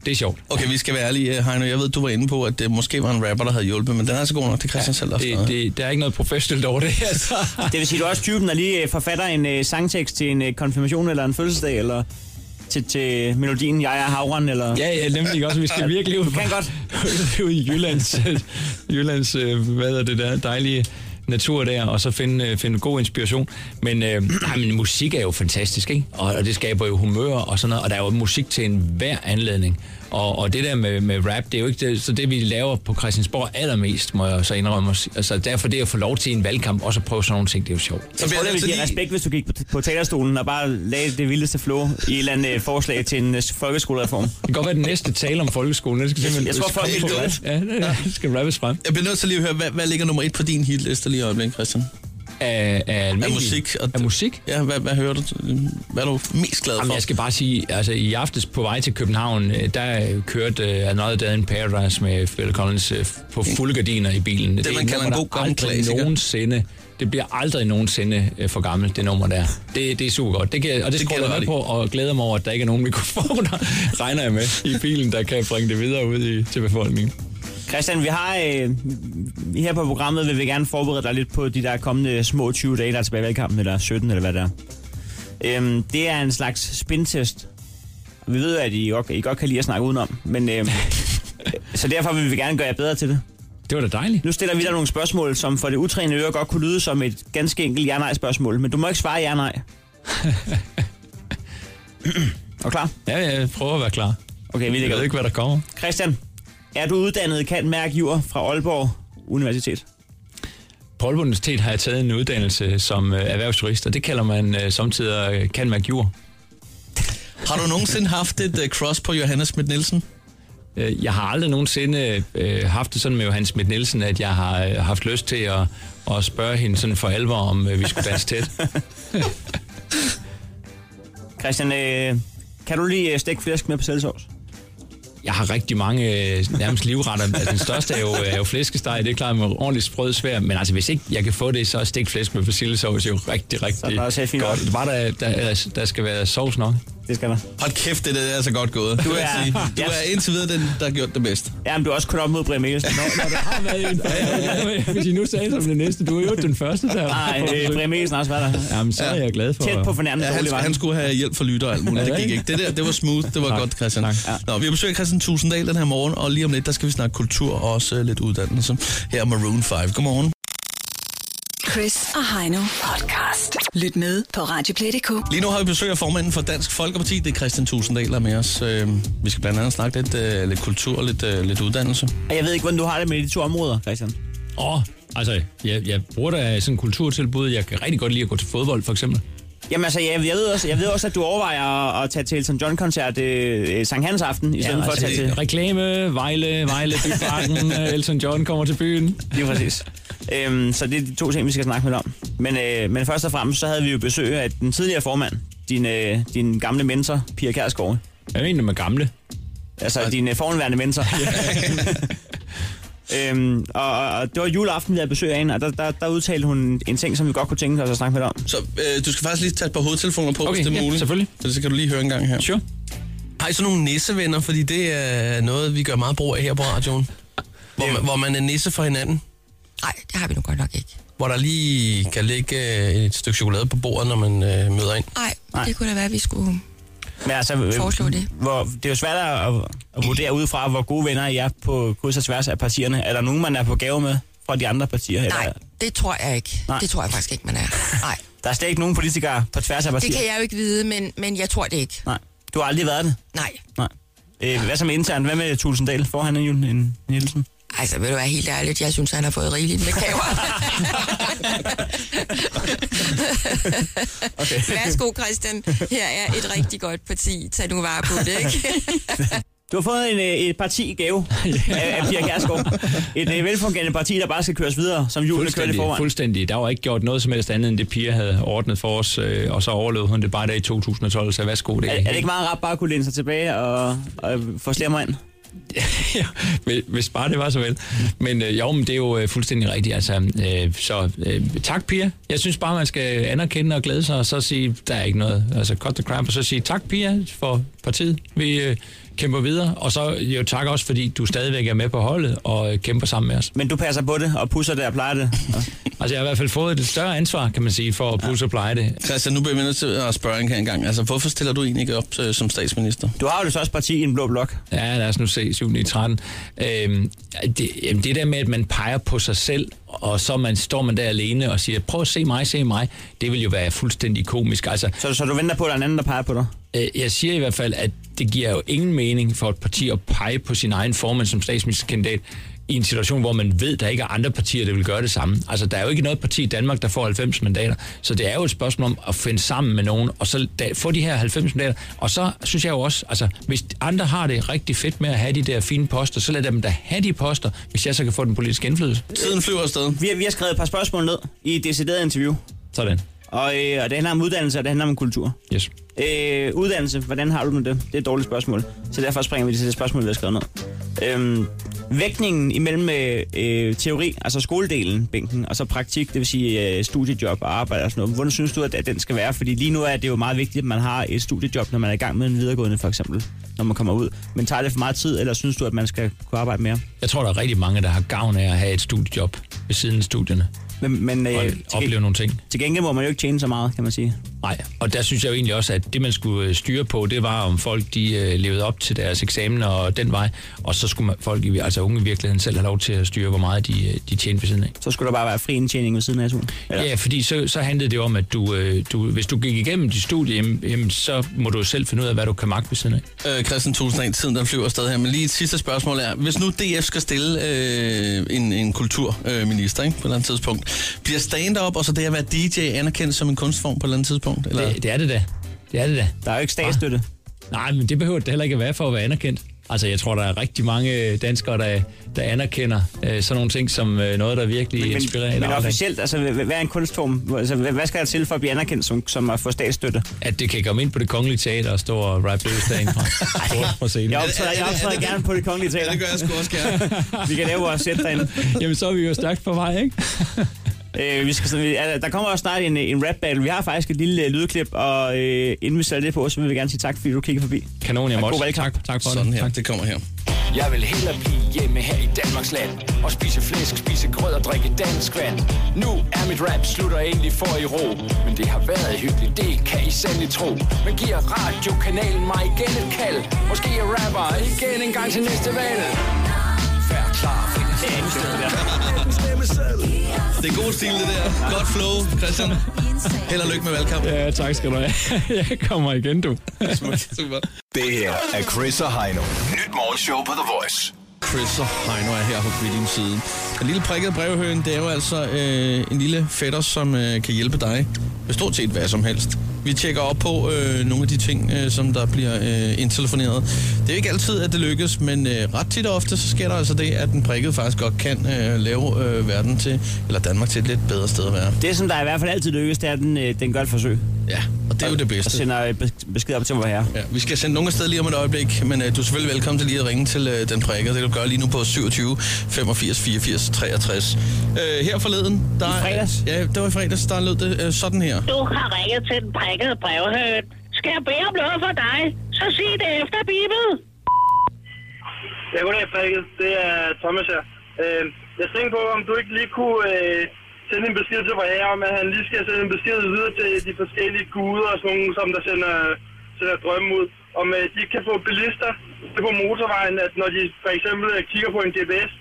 Speaker 11: det er sjovt.
Speaker 3: Okay, vi skal være ærlige, øh, Heino. Jeg ved, du var inde på, at det måske var en rapper, der havde hjulpet, men den er så god nok, det er Christian ja, selv, der har
Speaker 11: Det,
Speaker 3: skrevet.
Speaker 11: det, der er ikke noget professionelt over det her. Så.
Speaker 4: Det vil sige, du er også typen, der lige øh, forfatter en øh, sangtekst til en øh, konfirmation eller en fødselsdag, eller... til, til melodien Jeg er havren, eller...
Speaker 11: Ja, ja, nemlig også. Vi skal [LAUGHS] virkelig ud
Speaker 4: Du kan godt.
Speaker 11: ud i Jyllands, Jyllands øh, hvad er det der, dejlige natur der, og så finde, øh, finde god inspiration. Men, øh, ej, men musik er jo fantastisk, ikke? Og, og det skaber jo humør og sådan noget, og der er jo musik til enhver anledning. Og, og det der med, med rap, det er jo ikke det, så det, vi laver på Christiansborg allermest, må jeg så indrømme. os. Altså, derfor det at få lov til i en valgkamp, også at prøve sådan nogle ting, det er jo sjovt.
Speaker 4: Så jeg tror, det ville give respekt, hvis du gik på, på talerstolen og bare lagde det vildeste flow i et eller andet øh, forslag til en øh, folkeskolereform. Det
Speaker 11: kan godt være den næste tale om folkeskolen. Det skal simpelthen
Speaker 4: jeg tror, folk
Speaker 11: skrive
Speaker 4: vil
Speaker 11: på
Speaker 4: gøre det.
Speaker 11: Ja, det er- det skal rappes frem.
Speaker 3: Jeg bliver nødt til lige at høre, hvad, hvad ligger nummer et på din hitliste lige i øjeblikket, Christian?
Speaker 11: Af, af,
Speaker 3: af musik. Og,
Speaker 11: af musik?
Speaker 3: Ja, hvad, hvad hører du? Hvad er du mest glad for?
Speaker 11: Jamen, jeg skal bare sige, altså i aftes på vej til København, øh, der øh, kørte uh, Another Day in Paradise med Phil Collins øh, på fulde gardiner i bilen.
Speaker 3: Det, man
Speaker 11: et
Speaker 3: kalder
Speaker 11: nummer,
Speaker 3: en god
Speaker 11: der
Speaker 3: gammel
Speaker 11: aldrig
Speaker 3: klassiker.
Speaker 11: Nogensinde, det bliver aldrig nogensinde øh, for gammelt, det nummer der. Det, det er super godt, det kan, jeg- og det,
Speaker 3: Det
Speaker 11: det
Speaker 3: kan
Speaker 11: jeg
Speaker 3: jeg
Speaker 11: med på,
Speaker 3: godt
Speaker 11: og glæder mig over, at der ikke er nogen mikrofoner, regner jeg med, i bilen, der kan bringe det videre ud i, til befolkningen.
Speaker 4: Christian, vi har øh, her på programmet vil vi gerne forberede dig lidt på de der kommende små 20 dage, der er tilbage i valgkampen, eller 17, eller hvad det er. Øhm, det er en slags spintest. Vi ved jo, at I godt, I godt kan lide at snakke udenom, men
Speaker 11: [LAUGHS]
Speaker 4: øhm, så derfor vil vi gerne gøre jer bedre til det.
Speaker 11: Det var da dejligt.
Speaker 4: Nu stiller vi dig nogle spørgsmål, som for det utrænede øre godt kunne lyde som et ganske enkelt ja-nej-spørgsmål, men du må ikke svare
Speaker 11: [LAUGHS]
Speaker 4: ja-nej. er du klar?
Speaker 11: Ja, jeg prøver at være klar.
Speaker 4: Okay, vi
Speaker 11: Jeg
Speaker 4: lægger
Speaker 11: ved ikke, hvad der kommer.
Speaker 4: Christian, er du uddannet kan mærke jord fra Aalborg Universitet?
Speaker 11: På Aalborg Universitet har jeg taget en uddannelse som øh, erhvervsjurist, og det kalder man øh, samtidig øh, kan man jord.
Speaker 3: Har du nogensinde haft et uh, cross på Johannes Schmidt Nielsen?
Speaker 11: Øh, Jeg har aldrig nogensinde øh, haft det sådan med Johan Schmidt Nielsen, at jeg har øh, haft lyst til at, at spørge hende sådan for alvor, om øh, vi skulle danse tæt.
Speaker 4: Christian, øh, kan du lige øh, stegt flæsk med på selvsovs?
Speaker 11: Jeg har rigtig mange øh, nærmest livretter. Altså, den største er jo, er jo flæskesteg, det er klart med ordentligt sprød svær. Men altså, hvis ikke jeg kan få det, så er stegt flæsk med persillesovs jo rigtig, rigtig
Speaker 4: er også helt fint.
Speaker 11: godt. Bare der, der, der skal være sovs nok.
Speaker 4: Det skal der.
Speaker 3: Hold kæft, det der er så godt gået.
Speaker 4: Du
Speaker 3: vil jeg
Speaker 4: er-
Speaker 3: sige. du
Speaker 4: Ja.
Speaker 3: er indtil videre den, der har gjort det bedst.
Speaker 4: Jamen, du er også kun op mod Brian Mikkelsen. Når, når du har været en...
Speaker 11: Hvis I nu sagde som det næste, du er jo den første der.
Speaker 4: Nej, øh, Brian Mikkelsen har også været der.
Speaker 11: Jamen, så er jeg glad for...
Speaker 4: Tæt på fornærmende
Speaker 3: Ja,
Speaker 4: ja,
Speaker 3: han,
Speaker 4: dårlig vej.
Speaker 3: han skulle have hjælp fra lytter og alt muligt.
Speaker 11: Ja,
Speaker 3: Det gik
Speaker 11: ikke?
Speaker 3: ikke. Det der, det var smooth. Det var
Speaker 11: Tak.
Speaker 3: godt, Christian.
Speaker 11: Tak.
Speaker 3: Nå, vi har besøgt Christian Tusinddal den her morgen, og lige om lidt, der skal vi snakke kultur og også øh, lidt uddannelse. Her er Maroon 5. Godmorgen.
Speaker 2: Chris og Heino podcast. Lyt med på Radioplay.dk.
Speaker 3: Lige nu har vi besøg af formanden for Dansk Folkeparti. Det er Christian Tusinddal, der er med os. Øh, Vi skal blandt andet snakke lidt, øh, lidt kultur og lidt, øh, lidt uddannelse.
Speaker 4: Og Jeg ved ikke, hvordan du har det med de to områder, Christian.
Speaker 11: Åh, altså, jeg, jeg bruger da sådan en kulturtilbud. Jeg kan rigtig godt lide at gå til fodbold, for eksempel.
Speaker 4: Jamen altså, jeg, jeg, ved også, jeg ved også, at du overvejer at, at tage til Elton John-koncert øh, øh, Sankt Hans aften, i stedet ja, for at tage til...
Speaker 11: altså, Reklame, Vejle, Vejle,
Speaker 4: [LAUGHS]
Speaker 11: Byparken, øh, Elton John kommer til byen.
Speaker 4: Lige præcis. Øhm, så det er de to ting, vi skal snakke med om. Men, øh, men først og fremmest, så havde vi jo besøg af den tidligere formand, din, øh, din gamle mentor, Pia Kærsgaard.
Speaker 11: Jeg mener med gamle.
Speaker 4: Altså din øh, forhenværende
Speaker 11: [LAUGHS]
Speaker 4: mentor. [LAUGHS] øhm, og, og, og det var juleaften, vi havde besøg af hende, og der, der, der udtalte hun en ting, som vi godt kunne tænke os at snakke med dig om.
Speaker 3: Så øh, du skal faktisk lige tage et par hovedtelefoner på,
Speaker 11: Okay,
Speaker 3: hvis det er
Speaker 11: ja,
Speaker 3: muligt.
Speaker 11: selvfølgelig.
Speaker 3: Så, så kan du lige høre en gang her.
Speaker 11: Sure.
Speaker 12: Har I sådan nogle nissevenner? Fordi det er noget, vi gør meget brug af her på radioen. Hvor man, hvor man er nisse for hinanden. Nej, det har vi nu godt nok ikke. Hvor der lige kan ligge øh, et stykke chokolade på bordet, når man øh, møder ind.
Speaker 13: Nej, det kunne da være, at vi skulle...
Speaker 4: Men altså, øh,
Speaker 13: Foreslå det.
Speaker 4: Hvor, det er jo svært at, at vurdere ud fra, hvor gode venner I er på kryds og tværs af partierne. Er der nogen, man er på gave med fra de andre partier? Eller?
Speaker 13: Nej, det tror jeg ikke.
Speaker 4: Nej.
Speaker 13: Det tror jeg faktisk ikke, man er. Nej,
Speaker 4: [LAUGHS] Der er slet ikke nogen politikere på tværs af partier?
Speaker 13: det kan jeg jo ikke vide, men, men jeg tror det ikke.
Speaker 4: Nej. Du har aldrig været det?
Speaker 13: Nej.
Speaker 4: Nej. Øh, hvad så med internt? Hvad med Tulsendal? Får han en Jul en Nielsen?
Speaker 13: Altså, vil du være helt ærligt, jeg synes, han har fået rigeligt med gaver.
Speaker 4: Okay.
Speaker 13: Værsgo, Christian. Her er et rigtig godt parti. Tag nu vare på det, ikke?
Speaker 4: Du har fået en, øh, et parti i gave af, af Pia Kærsgaard. Et øh, velfungerende parti, der bare skal køres videre, som julen kører i
Speaker 11: Fuldstændig,
Speaker 4: forvejen.
Speaker 11: fuldstændig. Der var ikke gjort noget som helst andet, end det Pia havde ordnet for os, øh, og så overlevede hun det bare der i 2012, så værsgo. Det
Speaker 4: Er, er det ikke meget rart bare at kunne læne sig tilbage og, og få slemmer ind?
Speaker 11: [LAUGHS] Hvis- Hvis bare det var så vel. Men øh, jo, men det er jo øh, fuldstændig rigtigt. Altså, øh, så øh, tak, Pia. Jeg synes bare, man skal anerkende og glæde sig, og så sige, der er ikke noget. Altså, cut the crap, og så sige tak, Pia, for partiet. Vi øh, kæmper videre. Og så jo tak også, fordi du stadigvæk er med på holdet og øh, kæmper sammen med os.
Speaker 4: Men du passer på det og pusser det og plejer det. Og-
Speaker 11: Altså, jeg har i hvert fald fået et større ansvar, kan man sige, for at pusse og pleje det.
Speaker 3: Christian, nu bliver vi nødt til at spørge en gang. Altså, hvorfor stiller du egentlig ikke op øh, som statsminister?
Speaker 4: Du har jo så også parti i en blå blok.
Speaker 11: Ja, lad os nu se, 7. i 13. Øhm, det, jamen, det der med, at man peger på sig selv, og så man, står man der alene og siger, prøv at se mig, se mig, det vil jo være fuldstændig komisk. Altså,
Speaker 4: så, så du venter på, at der er en anden, der peger på dig?
Speaker 11: Øh, jeg siger i hvert fald, at det giver jo ingen mening for et parti at pege på sin egen formand som statsministerkandidat i en situation, hvor man ved, der ikke er andre partier, der vil gøre det samme. Altså, der er jo ikke noget parti i Danmark, der får 90 mandater, så det er jo et spørgsmål om at finde sammen med nogen, og så da, få de her 90 mandater. Og så synes jeg jo også, altså, hvis andre har det rigtig fedt med at have de der fine poster, så lad dem da have de poster, hvis jeg så kan få den politiske indflydelse.
Speaker 3: Tiden flyver afsted.
Speaker 4: Vi har, vi har skrevet et par spørgsmål ned i et decideret interview.
Speaker 11: Sådan.
Speaker 4: Og, øh, og det handler om uddannelse, og det handler om kultur.
Speaker 11: Yes.
Speaker 4: Øh, uddannelse, hvordan har du det med det? Det er et dårligt spørgsmål. Så derfor springer vi til det spørgsmål, vi har skrevet ned. Øhm, vægtningen imellem øh, øh, teori, altså skoledelen, bænken, og så praktik, det vil sige øh, studiejob og arbejde og sådan noget. Hvordan synes du, at, at den skal være? Fordi lige nu er det jo meget vigtigt, at man har et studiejob, når man er i gang med en videregående, for eksempel, når man kommer ud. Men tager det for meget tid, eller synes du, at man skal kunne arbejde mere?
Speaker 11: Jeg tror, der er rigtig mange, der har gavn af at have et studiejob ved siden af studierne.
Speaker 4: Men, men øh,
Speaker 11: og opleve nogle ting.
Speaker 4: Til gengæld må man jo ikke tjene så meget, kan man sige.
Speaker 11: Nej, og der synes jeg jo egentlig også, at det man skulle øh, styre på, det var om folk de øh, levede op til deres eksamener og den vej, og så skulle man, folk, i- altså unge i virkeligheden selv have lov til at styre, hvor meget de, øh, de tjente ved siden af.
Speaker 4: Så skulle der bare være fri indtjening ved siden af SU'en.
Speaker 11: Ja, ja fordi så, så handlede det om, at du, øh, du, hvis du gik igennem dit studie, jamen, jamen, så må du selv finde ud af, hvad du kan magte ved siden af.
Speaker 3: Øh, Christian Tusind, tiden den flyver afsted her, men lige et sidste spørgsmål er, hvis nu DF skal stille øh, en, en kulturminister ikke, på et eller andet tidspunkt, bliver stand-up og så det at være DJ anerkendt som en kunstform på et eller andet tidspunkt? Eller?
Speaker 11: Det, det er det da. Det er det da.
Speaker 4: Der er jo ikke statsstøtte.
Speaker 11: Nej, men det behøver det heller ikke at være for at være anerkendt. Altså, jeg tror, der er rigtig mange øh, danskere, der, der anerkender øh, sådan nogle ting som øh, noget, der virkelig
Speaker 4: Men,
Speaker 11: inspirerer i
Speaker 4: men, men
Speaker 11: dagligdagen.
Speaker 4: officielt, altså, hvad hvad er en kunstform? Hvor- Altså, hvad hvad skal der til for at blive anerkendt som, som at få statsstøtte?
Speaker 11: At det kan komme ind på det kongelige teater og stå og rap løs [LAUGHS] derindefra. Bort på scenen.
Speaker 4: Jeg optræder, jeg optræder gerne på det kongelige teater. det gør
Speaker 3: jeg sgu også gerne.
Speaker 4: vi kan lave vores sæt derinde.
Speaker 11: [LAUGHS] Jamen, så er vi jo stærkt på vej, ikke?
Speaker 4: Øh, vi skal, sådan- vi- altså, der kommer også snart en, en rap battle. Vi har faktisk et lille øh, lydklip, og øh, inden vi sætter det på, så vil vi gerne sige tak, fordi du kiggede forbi.
Speaker 11: Kanon, jeg
Speaker 4: Og
Speaker 11: måtte.
Speaker 4: god valgkamp.
Speaker 11: Tak, tak for
Speaker 3: Sådan
Speaker 11: det.
Speaker 3: her, det kommer her.
Speaker 10: Jeg vil hellere blive hjemme her i Danmarks land Og spise flæsk, spise grød og drikke dansk vand Nu er mit rap slutter endelig for i ro Men det har været hyggeligt, det kan I sandelig tro Men giver radiokanalen mig igen et kald Måske jeg rapper igen en gang til næste valg Fær klar, find en stemme selv
Speaker 3: Det er god stil, det der. Godt flow, Christian. Held og lykke med valgkampen.
Speaker 11: Ja, tak skal du have. [LAUGHS] Jeg kommer igen, du. [LAUGHS]
Speaker 3: Super.
Speaker 14: Det her er Chris og Heino. Nyt morgenshow på The Voice.
Speaker 3: Chris og Heino er her på din side. En lille prikket brevhøen, det er jo altså øh, en lille fætter, som øh, kan hjælpe dig med stort set hvad som helst. Vi tjekker op på øh, nogle af de ting, øh, som der bliver øh, indtelefoneret. Det er jo ikke altid, at det lykkes, men øh, ret tit og ofte, så sker der altså det, at den prikkede faktisk godt kan øh, lave øh, verden til, eller Danmark til et lidt bedre sted at være.
Speaker 4: Det, som der i hvert fald altid lykkes, det er, at den, øh, den gør et forsøg.
Speaker 3: Ja, og det er jo det bedste.
Speaker 4: Og sender øh, bes- besked op til vores herre.
Speaker 3: Ja, vi skal sende nogen afsted lige om et øjeblik, men øh, du er selvfølgelig velkommen til lige at ringe til øh, den prikker. Det kan du gøre lige nu på 27 85 84 63. Øh, her forleden, der... I fredags? Ja, det var i fredags, der lød det øh, sådan her.
Speaker 15: Du har ringet til den prikkede brevhøn. Skal jeg bede om noget for dig, så sig det efter bibel.
Speaker 5: Ja, goddag, Frikket. Det er Thomas her. Øh, jeg tænkte på, om du ikke lige kunne øh, sende en besked til mig her, om at han lige skal sende en besked videre til de forskellige guder og sådan nogle, som der sender, sender drømme ud, om at de ikke kan få bilister til på motorvejen, at når de for eksempel øh, kigger på en GPS,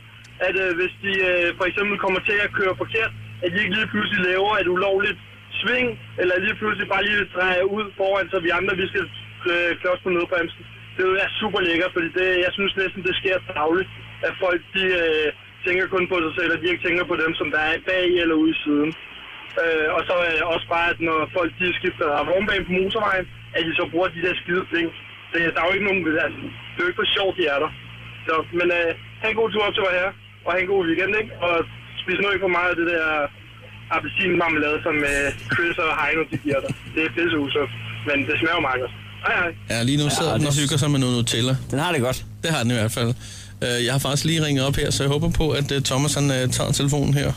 Speaker 5: at øh, hvis de øh, for eksempel kommer til at køre forkert, at de ikke lige pludselig laver et ulovligt sving, eller lige pludselig bare lige drejer ud foran, så vi andre vi skal øh, klods på nødbremsen. Det vil være super lækkert, fordi det, jeg synes næsten, det sker dagligt, at folk de, øh, tænker kun på sig selv, og de ikke tænker på dem, som der er bag eller ude i siden. Øh, og så øh, også bare, at når folk de skifter vognbane på motorvejen, at de så bruger de der skide ting. Det, der er jo ikke nogen, altså, det er jo ikke for sjovt, de er der. Så, men øh, have en god tur op til her, og have en god weekend, ikke? Og spis nu ikke for meget af det der appelsinmarmelade, som øh, Chris og Heino de giver dig. Det er pisse usundt, men det smager jo meget godt. Hej hej.
Speaker 3: Ja, lige nu
Speaker 5: Ja,
Speaker 3: sidder
Speaker 5: og
Speaker 3: den og
Speaker 5: det-
Speaker 3: hygger sig med noget Nutella.
Speaker 4: Den har det godt.
Speaker 3: Det har den i hvert fald. Øh, jeg har faktisk lige ringet op her, så jeg håber på, at øh, Thomas han, øh, tager telefonen her.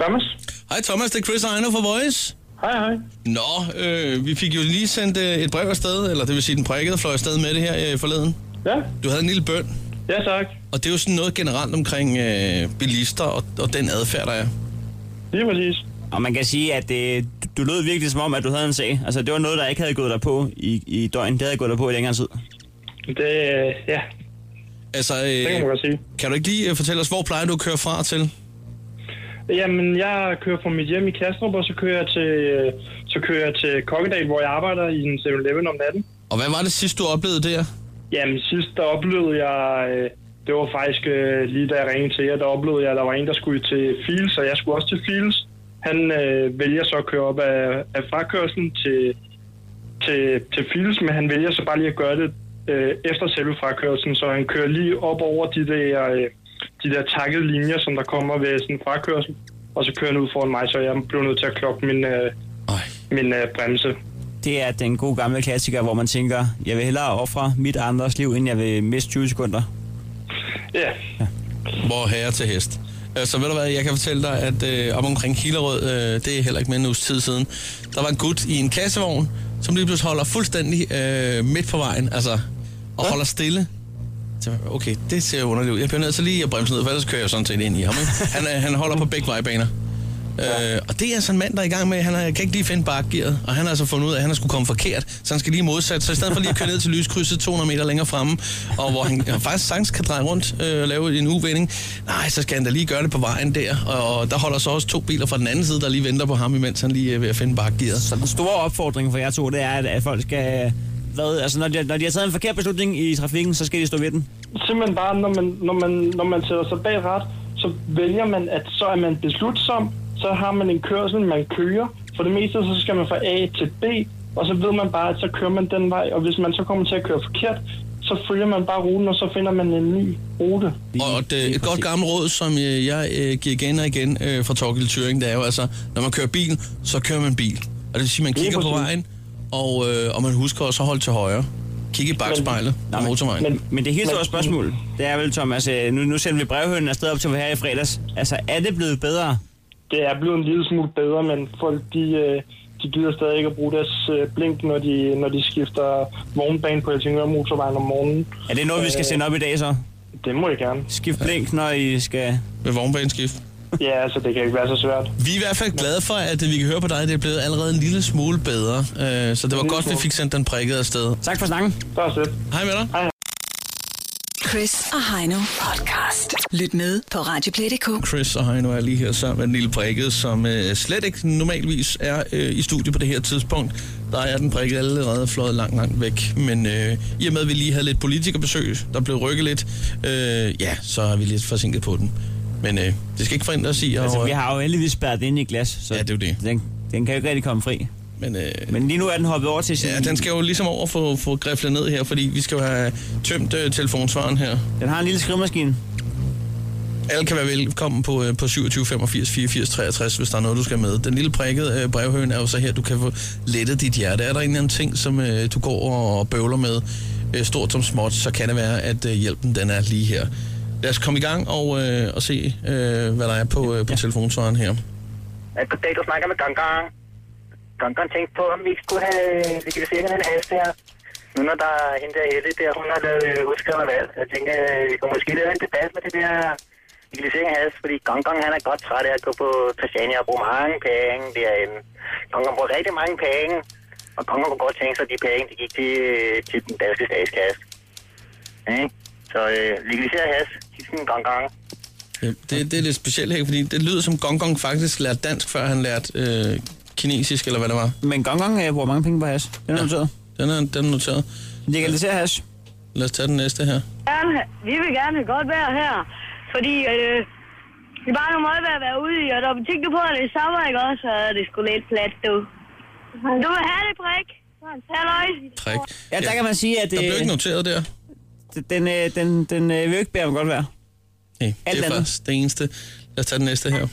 Speaker 5: Thomas?
Speaker 3: Hej Thomas, det er Chris Ejner fra Voice.
Speaker 5: Hej, hej.
Speaker 3: Nå, øh, vi fik jo lige sendt øh, et brev afsted, eller det vil sige, den prikkede fløj afsted med det her øh, forleden.
Speaker 5: Ja.
Speaker 3: Du havde en lille bøn.
Speaker 5: Ja, tak.
Speaker 3: Og det er jo sådan noget generelt omkring øh, bilister og, og den adfærd, der er.
Speaker 4: Lige præcis. Og man kan sige, at det, du lød virkelig som om, at du havde en sag. Altså, det var noget, der ikke havde gået dig på i, i døgn. Det havde gået dig på i længere tid.
Speaker 6: Det, ja.
Speaker 3: Altså, øh, det
Speaker 6: kan man godt sige.
Speaker 3: Kan du ikke lige øh, fortælle os, hvor plejer du at køre fra til?
Speaker 6: Jamen, jeg kører fra mit hjem i Kastrup, og så kører jeg til, øh, så kører jeg til Kokkedal, hvor jeg arbejder i en 7-Eleven om natten.
Speaker 3: Og hvad var det sidste, du oplevede der?
Speaker 6: Jamen, sidst der oplevede jeg, øh, det var faktisk øh, lige da jeg ringede til jer, der oplevede jeg, at der var en, der skulle til Fields, og jeg skulle også til Fields. Han øh, vælger så at køre op af, af frakørslen til, til, til Fields, men han vælger så bare lige at gøre det øh, efter selve frakørslen, så han kører lige op over de der, øh, de der takkede linjer, som der kommer ved sådan en frakørsel, og så kører han ud foran mig, så jeg blev nødt til at klokke min, øh, min øh, bremse.
Speaker 4: Det er den gode gamle klassiker, hvor man tænker, jeg vil hellere ofre mit og andres liv, end jeg vil miste 20 sekunder.
Speaker 6: Ja.
Speaker 3: Hvor herre til hest. Øh, Så ved du hvad, jeg kan fortælle dig, at øh, om omkring Hillerød, øh, det er heller ikke mere end en uges tid siden, der var en gut i en kassevogn, som lige pludselig holder fuldstændig øh, midt på vejen, altså, og holder stille. Så tænker jeg, Okay, det ser jo underligt ud. Jeg bliver nødt til lige at bremse ned, for ellers kører jeg jo sådan set ind i ham. Ikke? Han, øh, han holder på begge vejbaner. Øh, og det er altså en mand, der er i gang med, han er, kan ikke lige finde bakgearet, og han har altså fundet ud af, at han er skulle komme forkert, så han skal lige modsat. Så i stedet for lige at køre ned til lyskrydset 200 meter længere fremme, og hvor han, han faktisk sagtens kan dreje rundt øh, og lave en uvending, nej, så skal han da lige gøre det på vejen der. Og, og der holder så også to biler fra den anden side, der lige venter på ham, imens han lige er ved at finde bakgearet.
Speaker 4: Så den store opfordring for jer to, det er, at, at folk skal... Hvad, altså, når de, når de har taget en forkert beslutning i trafikken, så skal de stå ved den.
Speaker 6: simpelthen bare, når man, når man, når man sætter sig bag ret, så vælger man, at så er man beslutsom, så har man en kørsel, man kører. For det meste, så skal man fra A til B, og så ved man bare, at så kører man den vej, og hvis man så kommer til at køre forkert, så følger man bare ruten, og så finder man en ny rute.
Speaker 3: Og et, øh, et godt gammelt råd, som øh, jeg øh, giver igen og igen øh, fra Torgild Thuring, det er jo altså, når man kører bil, så kører man bil. Og det vil sige, man
Speaker 6: Lige
Speaker 3: kigger på
Speaker 6: præcis.
Speaker 3: vejen, og, øh, og man husker også at holde til højre. Kigge i bagspejlet på motorvejen.
Speaker 4: Men, men det helt store spørgsmål, det er vel, Thomas, øh, nu, nu sender vi brevhønen afsted op til her i fredags. Altså, er det blevet bedre?
Speaker 6: Det er blevet en lille smule bedre, men folk, de, øh, de gider stadig ikke at bruge deres øh, blink, når de, når de skifter vognbane på Helsingør Motorvejen om morgenen.
Speaker 4: Er det noget, vi skal
Speaker 6: Øh,
Speaker 4: sende op i dag så?
Speaker 6: Det må jeg gerne.
Speaker 4: Skift blink, når I skal...
Speaker 3: Med vognbaneskift?
Speaker 6: Ja, altså, det kan ikke være så svært.
Speaker 3: Vi er i hvert fald glade for, at øh, vi kan høre på dig, at det er blevet allerede en lille smule bedre. Øh, så det var godt, vi fik sendt den prikket afsted.
Speaker 4: Tak for snakken.
Speaker 3: Hej med dig.
Speaker 6: Hej.
Speaker 2: Chris og Heino podcast. Lyt med på Radioplay.dk.
Speaker 3: Chris og Heino er lige her sammen med den lille prikket, som øh, slet ikke normalvis er øh, i studiet på det her tidspunkt. Der er den prikket allerede fløjet langt, langt væk. Men øh, i og med, at vi lige havde lidt politikerbesøg, der blev rykket lidt, øh, ja, så er vi lidt forsinket på den. Men øh, det skal ikke forhindre os i at...
Speaker 4: Altså, vi har jo heldigvis spærret den ind i et glas, så ja, det
Speaker 3: er det.
Speaker 4: Den, den kan jo ikke rigtig komme fri.
Speaker 3: Men, øh,
Speaker 4: men lige nu er den hoppet over til sin...
Speaker 3: Ja, den skal jo ligesom over for, for griflet ned her, fordi vi skal jo have tømt øh, telefonsvaren her.
Speaker 4: Den har en lille skrivemaskine.
Speaker 3: Alle kan være velkommen på, øh, på 27 85 84 63, hvis der er noget, du skal med. Den lille prikkede øh, brevhøen er jo så her, du kan få lettet dit hjerte. Er der en eller anden ting, som øh, du går og, og bøvler med, øh, stort som småt, så kan det være, at øh, hjælpen den er lige her. Lad os komme i gang og, øh, og se, øh, hvad der er på, øh, på telefonsvaren her.
Speaker 16: at på dag, du snakker med Gongon. Gongon tænkte på, om vi ikke skulle have, vi kan sikkert en hast her. Nu når der er hende der Helle der, hun har lavet øh, udskrevet valg. Jeg tænker, øh, vi kunne måske lave en debat med det der legalisering af has, fordi Gongon han er godt træt af at gå på Christiania og bruge mange penge derinde. Gongon bruger rigtig mange penge, og Gongon kunne godt tænke sig, at de penge de gik til, øh, til den danske statskasse. Ikke? Så øh, legalisere has, hilsen Gongon.
Speaker 3: Øh, Det, det er lidt specielt her, fordi det lyder som Gong Gong faktisk lærte dansk, før han lærte øh, kinesisk, eller hvad det var.
Speaker 4: Men Gong Gong øh, bruger mange penge på hash. Den er ja. noteret.
Speaker 3: Den er, den er noteret.
Speaker 4: Legalisere hash.
Speaker 3: Lad os tage den næste her.
Speaker 15: gerne, vi vil gerne godt være her, fordi øh, det er bare nogle måde ved at være ude i, og når vi tænker på, at det er sommer, ikke også, og det skulle lidt plat, du. Du vil have det, prik. Halløj.
Speaker 3: Prik.
Speaker 4: Ja, der kan man sige, at... øh,
Speaker 3: Der blev ikke noteret der.
Speaker 4: Den, øh, den, den øh, vil jo ikke bære om godt være.
Speaker 3: Nej,
Speaker 4: Alt
Speaker 3: det er
Speaker 4: andet.
Speaker 3: faktisk det eneste. Lad os tage den næste her.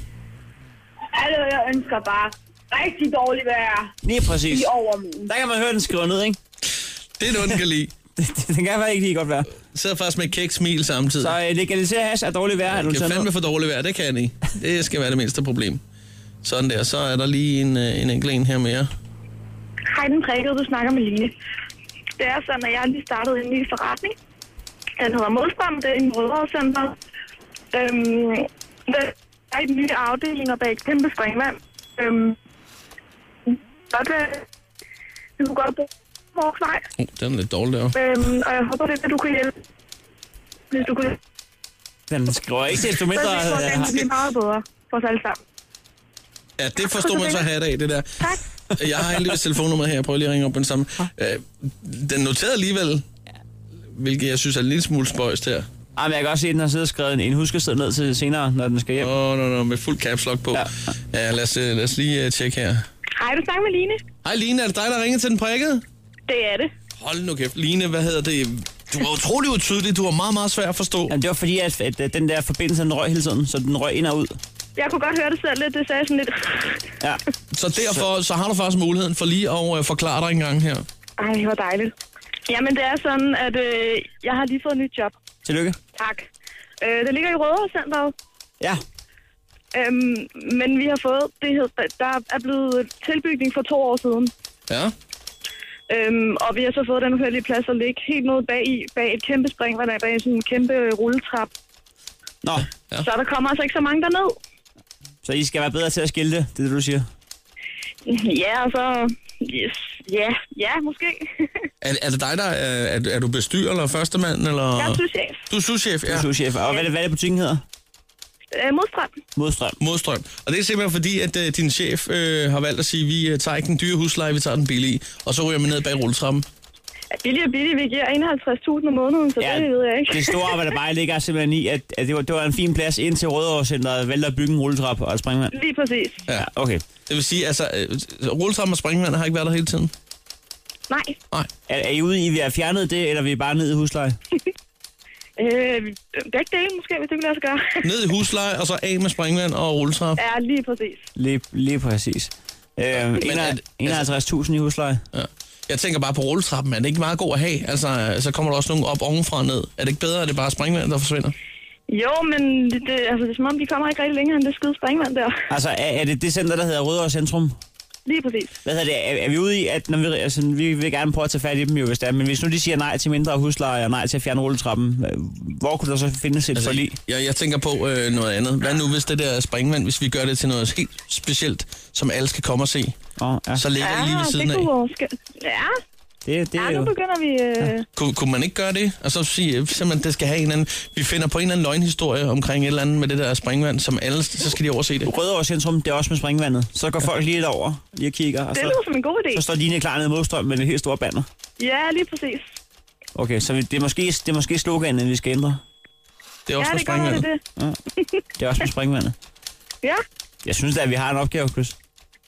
Speaker 15: Hallo, jeg ønsker bare rigtig dårligt vejr.
Speaker 4: Lige præcis.
Speaker 15: I overmorgen.
Speaker 4: Der kan man høre den skrive ned, ikke? [LAUGHS]
Speaker 3: Det er noget, den kan lide.
Speaker 4: den kan faktisk ikke lige godt være.
Speaker 3: Sidder faktisk med et kæk smil samtidig.
Speaker 4: Så øh, legalisere hash er dårligt vejr. er du
Speaker 3: Jeg kan
Speaker 4: taget
Speaker 3: fandme
Speaker 4: ned?
Speaker 3: for dårligt vejr, det kan I. Det skal være det mindste problem. Sådan der, så er der lige en, øh, en enkelt en her mere.
Speaker 17: Hej, den prikkede, du snakker med Line. Det er sådan, at jeg lige startede en ny forretning.
Speaker 15: Den hedder Modstrøm, det er i Rødovre Center. Øhm, der er et nye afdelinger bag et kæmpe springvand. Øhm, der er vi kunne godt bruge vores vej.
Speaker 3: Uh, den er lidt dårlig derovre.
Speaker 15: Øhm, og jeg håber lidt, at du kan hjælpe. Hvis du kunne
Speaker 4: Den skriver ikke desto mindre... øh,
Speaker 15: Så jeg tror, den kan blive meget bedre for os alle sammen.
Speaker 3: Ja, det forstår man så hat af, det der. Tak. Jeg har heldigvis telefonnummeret her, jeg prøver lige at ringe op med den samme. Øh, den noterede alligevel, hvilket jeg synes er en lille smule spøjst her.
Speaker 4: Ej, men jeg kan også se, at den har siddet og skrevet en, en huskested ned til senere, når den skal hjem.
Speaker 3: Åh, oh, no, no, med fuld caps lock på. Ja. Ja, lad os, øh, lad os lige øh, tjekke her.
Speaker 15: Hej, du snakker med Line.
Speaker 3: Hej Line, er det dig, der ringer til den prikkede?
Speaker 15: Det er det.
Speaker 3: Hold nu kæft. Line, hvad hedder det? Du var utrolig utydelig, du var meget, meget svær at forstå.
Speaker 4: Jamen, det var fordi, at, at, at den der forbindelse, den røg hele tiden, så den røg ind og ud.
Speaker 15: Jeg kunne godt høre det selv lidt. Det sagde sådan lidt...
Speaker 4: Ja.
Speaker 3: Så derfor så har du faktisk muligheden for lige at øh, forklare dig en gang her.
Speaker 15: Ej, hvor dejligt. Jamen, det er sådan, at øh, jeg har lige fået et nyt job.
Speaker 4: Tillykke.
Speaker 15: Tak. Øh, det ligger i Rødovre Centeret.
Speaker 4: Ja.
Speaker 15: Øhm, men vi har fået... Det hed, der er blevet tilbygning for to år siden.
Speaker 3: Ja.
Speaker 15: Øhm, og vi har så fået den uheldige plads at ligge helt nede bag, i, bag et kæmpe spring, hvor der er bag sådan en kæmpe rulletrap.
Speaker 4: Nå, ja.
Speaker 15: Så der kommer altså ikke så mange derned.
Speaker 4: Så I skal være bedre til at skille det, det er det, du siger.
Speaker 15: Ja, og så... Yes. Ja, ja, måske.
Speaker 3: Er, er det dig, der er, er, er du bestyrer eller førstemand? Eller?
Speaker 15: Jeg er souschef.
Speaker 3: Du er souschef, ja.
Speaker 4: Du er chef. Og hvad er det, hvad er det butikken hedder?
Speaker 15: Øh, modstrøm.
Speaker 4: Modstrøm.
Speaker 3: Modstrøm. Og det er simpelthen fordi, at øh, din chef øh, har valgt at sige, vi øh, tager ikke den dyre husleje, vi tager den billige, og så ryger man ned bag rulletrappen.
Speaker 15: Er Billig og billig, vi giver 51.000 om måneden, så ja, det ved jeg ikke.
Speaker 4: Det store arbejde bare ligger simpelthen i, at, at det, var, det var en fin plads ind til Rødovrecenteret, valgte at bygge en rulletrap og et springvand.
Speaker 15: Lige præcis.
Speaker 3: Ja,
Speaker 4: okay.
Speaker 3: Det vil sige, altså, øh, rulletrappen og springvand har ikke været der hele tiden?
Speaker 15: Nej.
Speaker 3: Nej.
Speaker 4: Er, er I ude i, at vi har fjernet det, eller er vi bare nede i husleje?
Speaker 15: Øh, begge dele måske, hvis det kunne lade sig gøre.
Speaker 3: Ned i husleje, og så af med springvand og rulletrap.
Speaker 15: ja, lige præcis.
Speaker 4: Lige, lige præcis. Øh,
Speaker 3: er det-
Speaker 4: 51.000 i husleje.
Speaker 3: altså- Ja. Jeg tænker bare på rulletrappen, er det ikke meget god at have? Altså, så kommer der også nogen op ovenfra og ned. Er det ikke bedre, at det bare er springvand, der forsvinder?
Speaker 15: Jo, men det, det, altså, det er som om, de kommer ikke rigtig længere end det skide springvand der.
Speaker 4: Altså, er, er det det center, der hedder Rødovre Centrum?
Speaker 15: Lige præcis.
Speaker 4: Hvad hedder det? Er, er vi ude i, at når vi, altså, vi vil gerne prøve at tage fat i dem jo, hvis det er, men hvis nu de siger nej til mindre husleje og nej til at fjerne rulletrappen, øh, hvor kunne der så findes et altså, forlig?
Speaker 3: Jeg, jeg tænker på øh, noget andet. Hvad nu, hvis det der springvand, hvis vi gør det til noget helt specielt, som alle skal komme og se?
Speaker 4: Oh, ja.
Speaker 3: Så ligger det lige ved siden
Speaker 15: det
Speaker 3: af.
Speaker 15: kunne måske... Ja,
Speaker 4: Det, det
Speaker 15: ja,
Speaker 4: er
Speaker 15: nu
Speaker 4: jo...
Speaker 15: begynder vi... Øh,
Speaker 3: Kunne, kunne man ikke gøre det? Og så sige, øh, simpelthen, det skal have en eller anden... Vi finder på en eller anden løgnhistorie omkring et eller andet med det der springvand, som alle... Så skal de overse det.
Speaker 4: Rødovre Centrum, det er også med springvandet. Så går folk lige over, lige og kigger, og
Speaker 15: det
Speaker 4: så,
Speaker 15: lyder som en god idé.
Speaker 4: så står Line klar nede i modstrøm med det helt store banner.
Speaker 15: Ja, lige præcis.
Speaker 4: Okay, så vi- det er måske, det er måske sloganet, vi skal ændre.
Speaker 3: Det
Speaker 15: ja, det gør det, det.
Speaker 4: Ja. Det er også med springvandet.
Speaker 15: [LAUGHS] Ja,
Speaker 4: Jeg synes da, at vi har en opgave, Chris.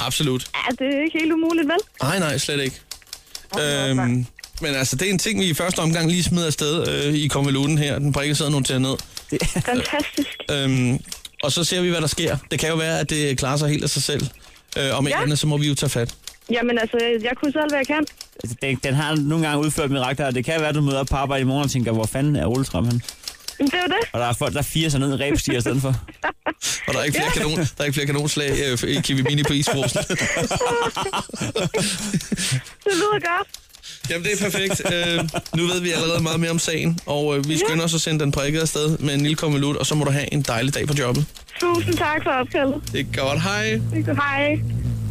Speaker 3: Absolut.
Speaker 15: ja, det er ikke helt umuligt, vel?
Speaker 3: Nej, nej, slet ikke. Øhm, men altså, det er en ting, vi i første omgang lige smider afsted øh, i konvoluten her. Den prikker sidder nogle til ned.
Speaker 15: Fantastisk.
Speaker 3: Øhm, og så ser vi, hvad der sker. Det kan jo være, at det klarer sig helt af sig selv. Øh, om ikke
Speaker 15: Ja.
Speaker 3: andet, så må vi jo tage fat.
Speaker 15: Jamen altså, jeg kunne selv, hvad jeg kan.
Speaker 4: Altså, Den, den har nogle gange udført mirakler, og det kan være, at du møder op på arbejde i morgen og tænker, hvor fanden er rulletrappen?
Speaker 15: Men det er jo det.
Speaker 4: Og der er folk, der firer sig ned i ræbstiger i
Speaker 3: [LAUGHS]
Speaker 4: stedet for.
Speaker 3: Og der er ikke flere, kanon, der er ikke flere kanonslag øh, i Kiwi Mini på isfrosen.
Speaker 15: Det lyder godt.
Speaker 3: Jamen, det er perfekt. Øh, nu ved vi allerede meget mere om sagen, og øh, vi skynder os at sende den prikket afsted med en lille konvolut, og så må du have en dejlig dag på jobbet.
Speaker 15: Tusind tak for opkaldet.
Speaker 3: Det er godt. Hej.
Speaker 15: Hej.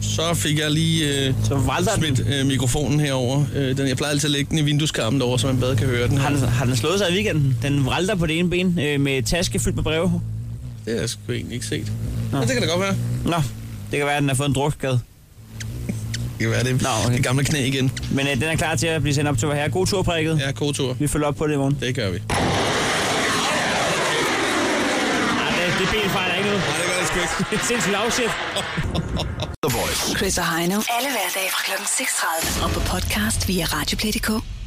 Speaker 3: Så fik jeg lige øh, så smidt øh, mikrofonen herover. Øh, den, jeg plejer altid at lægge den i vindueskarmen derovre, så man bedre kan høre den.
Speaker 4: Har den, har den slået sig i weekenden? Den vralter på det ene ben øh, med taske fyldt med breve.
Speaker 3: Det har jeg sgu egentlig ikke set. Nå. Men det kan da godt være.
Speaker 4: Nå, det kan være, at den har fået en drukskade.
Speaker 3: Det kan være, det er Nå, okay. det gamle knæ igen.
Speaker 4: Men øh, den er klar til at blive sendt op til her. God tur, prikket.
Speaker 3: Ja, god tur.
Speaker 4: Vi følger op på det i morgen.
Speaker 3: Det gør vi.
Speaker 4: Nej, det, det ben fejler ikke noget. Nej,
Speaker 3: det gør det sgu ikke.
Speaker 4: Det er [LAUGHS] sindssygt lavchef.
Speaker 5: The Voice.
Speaker 2: Chris og Heino. Alle hverdage fra kl. 6.30. Og på podcast via Radioplay.dk.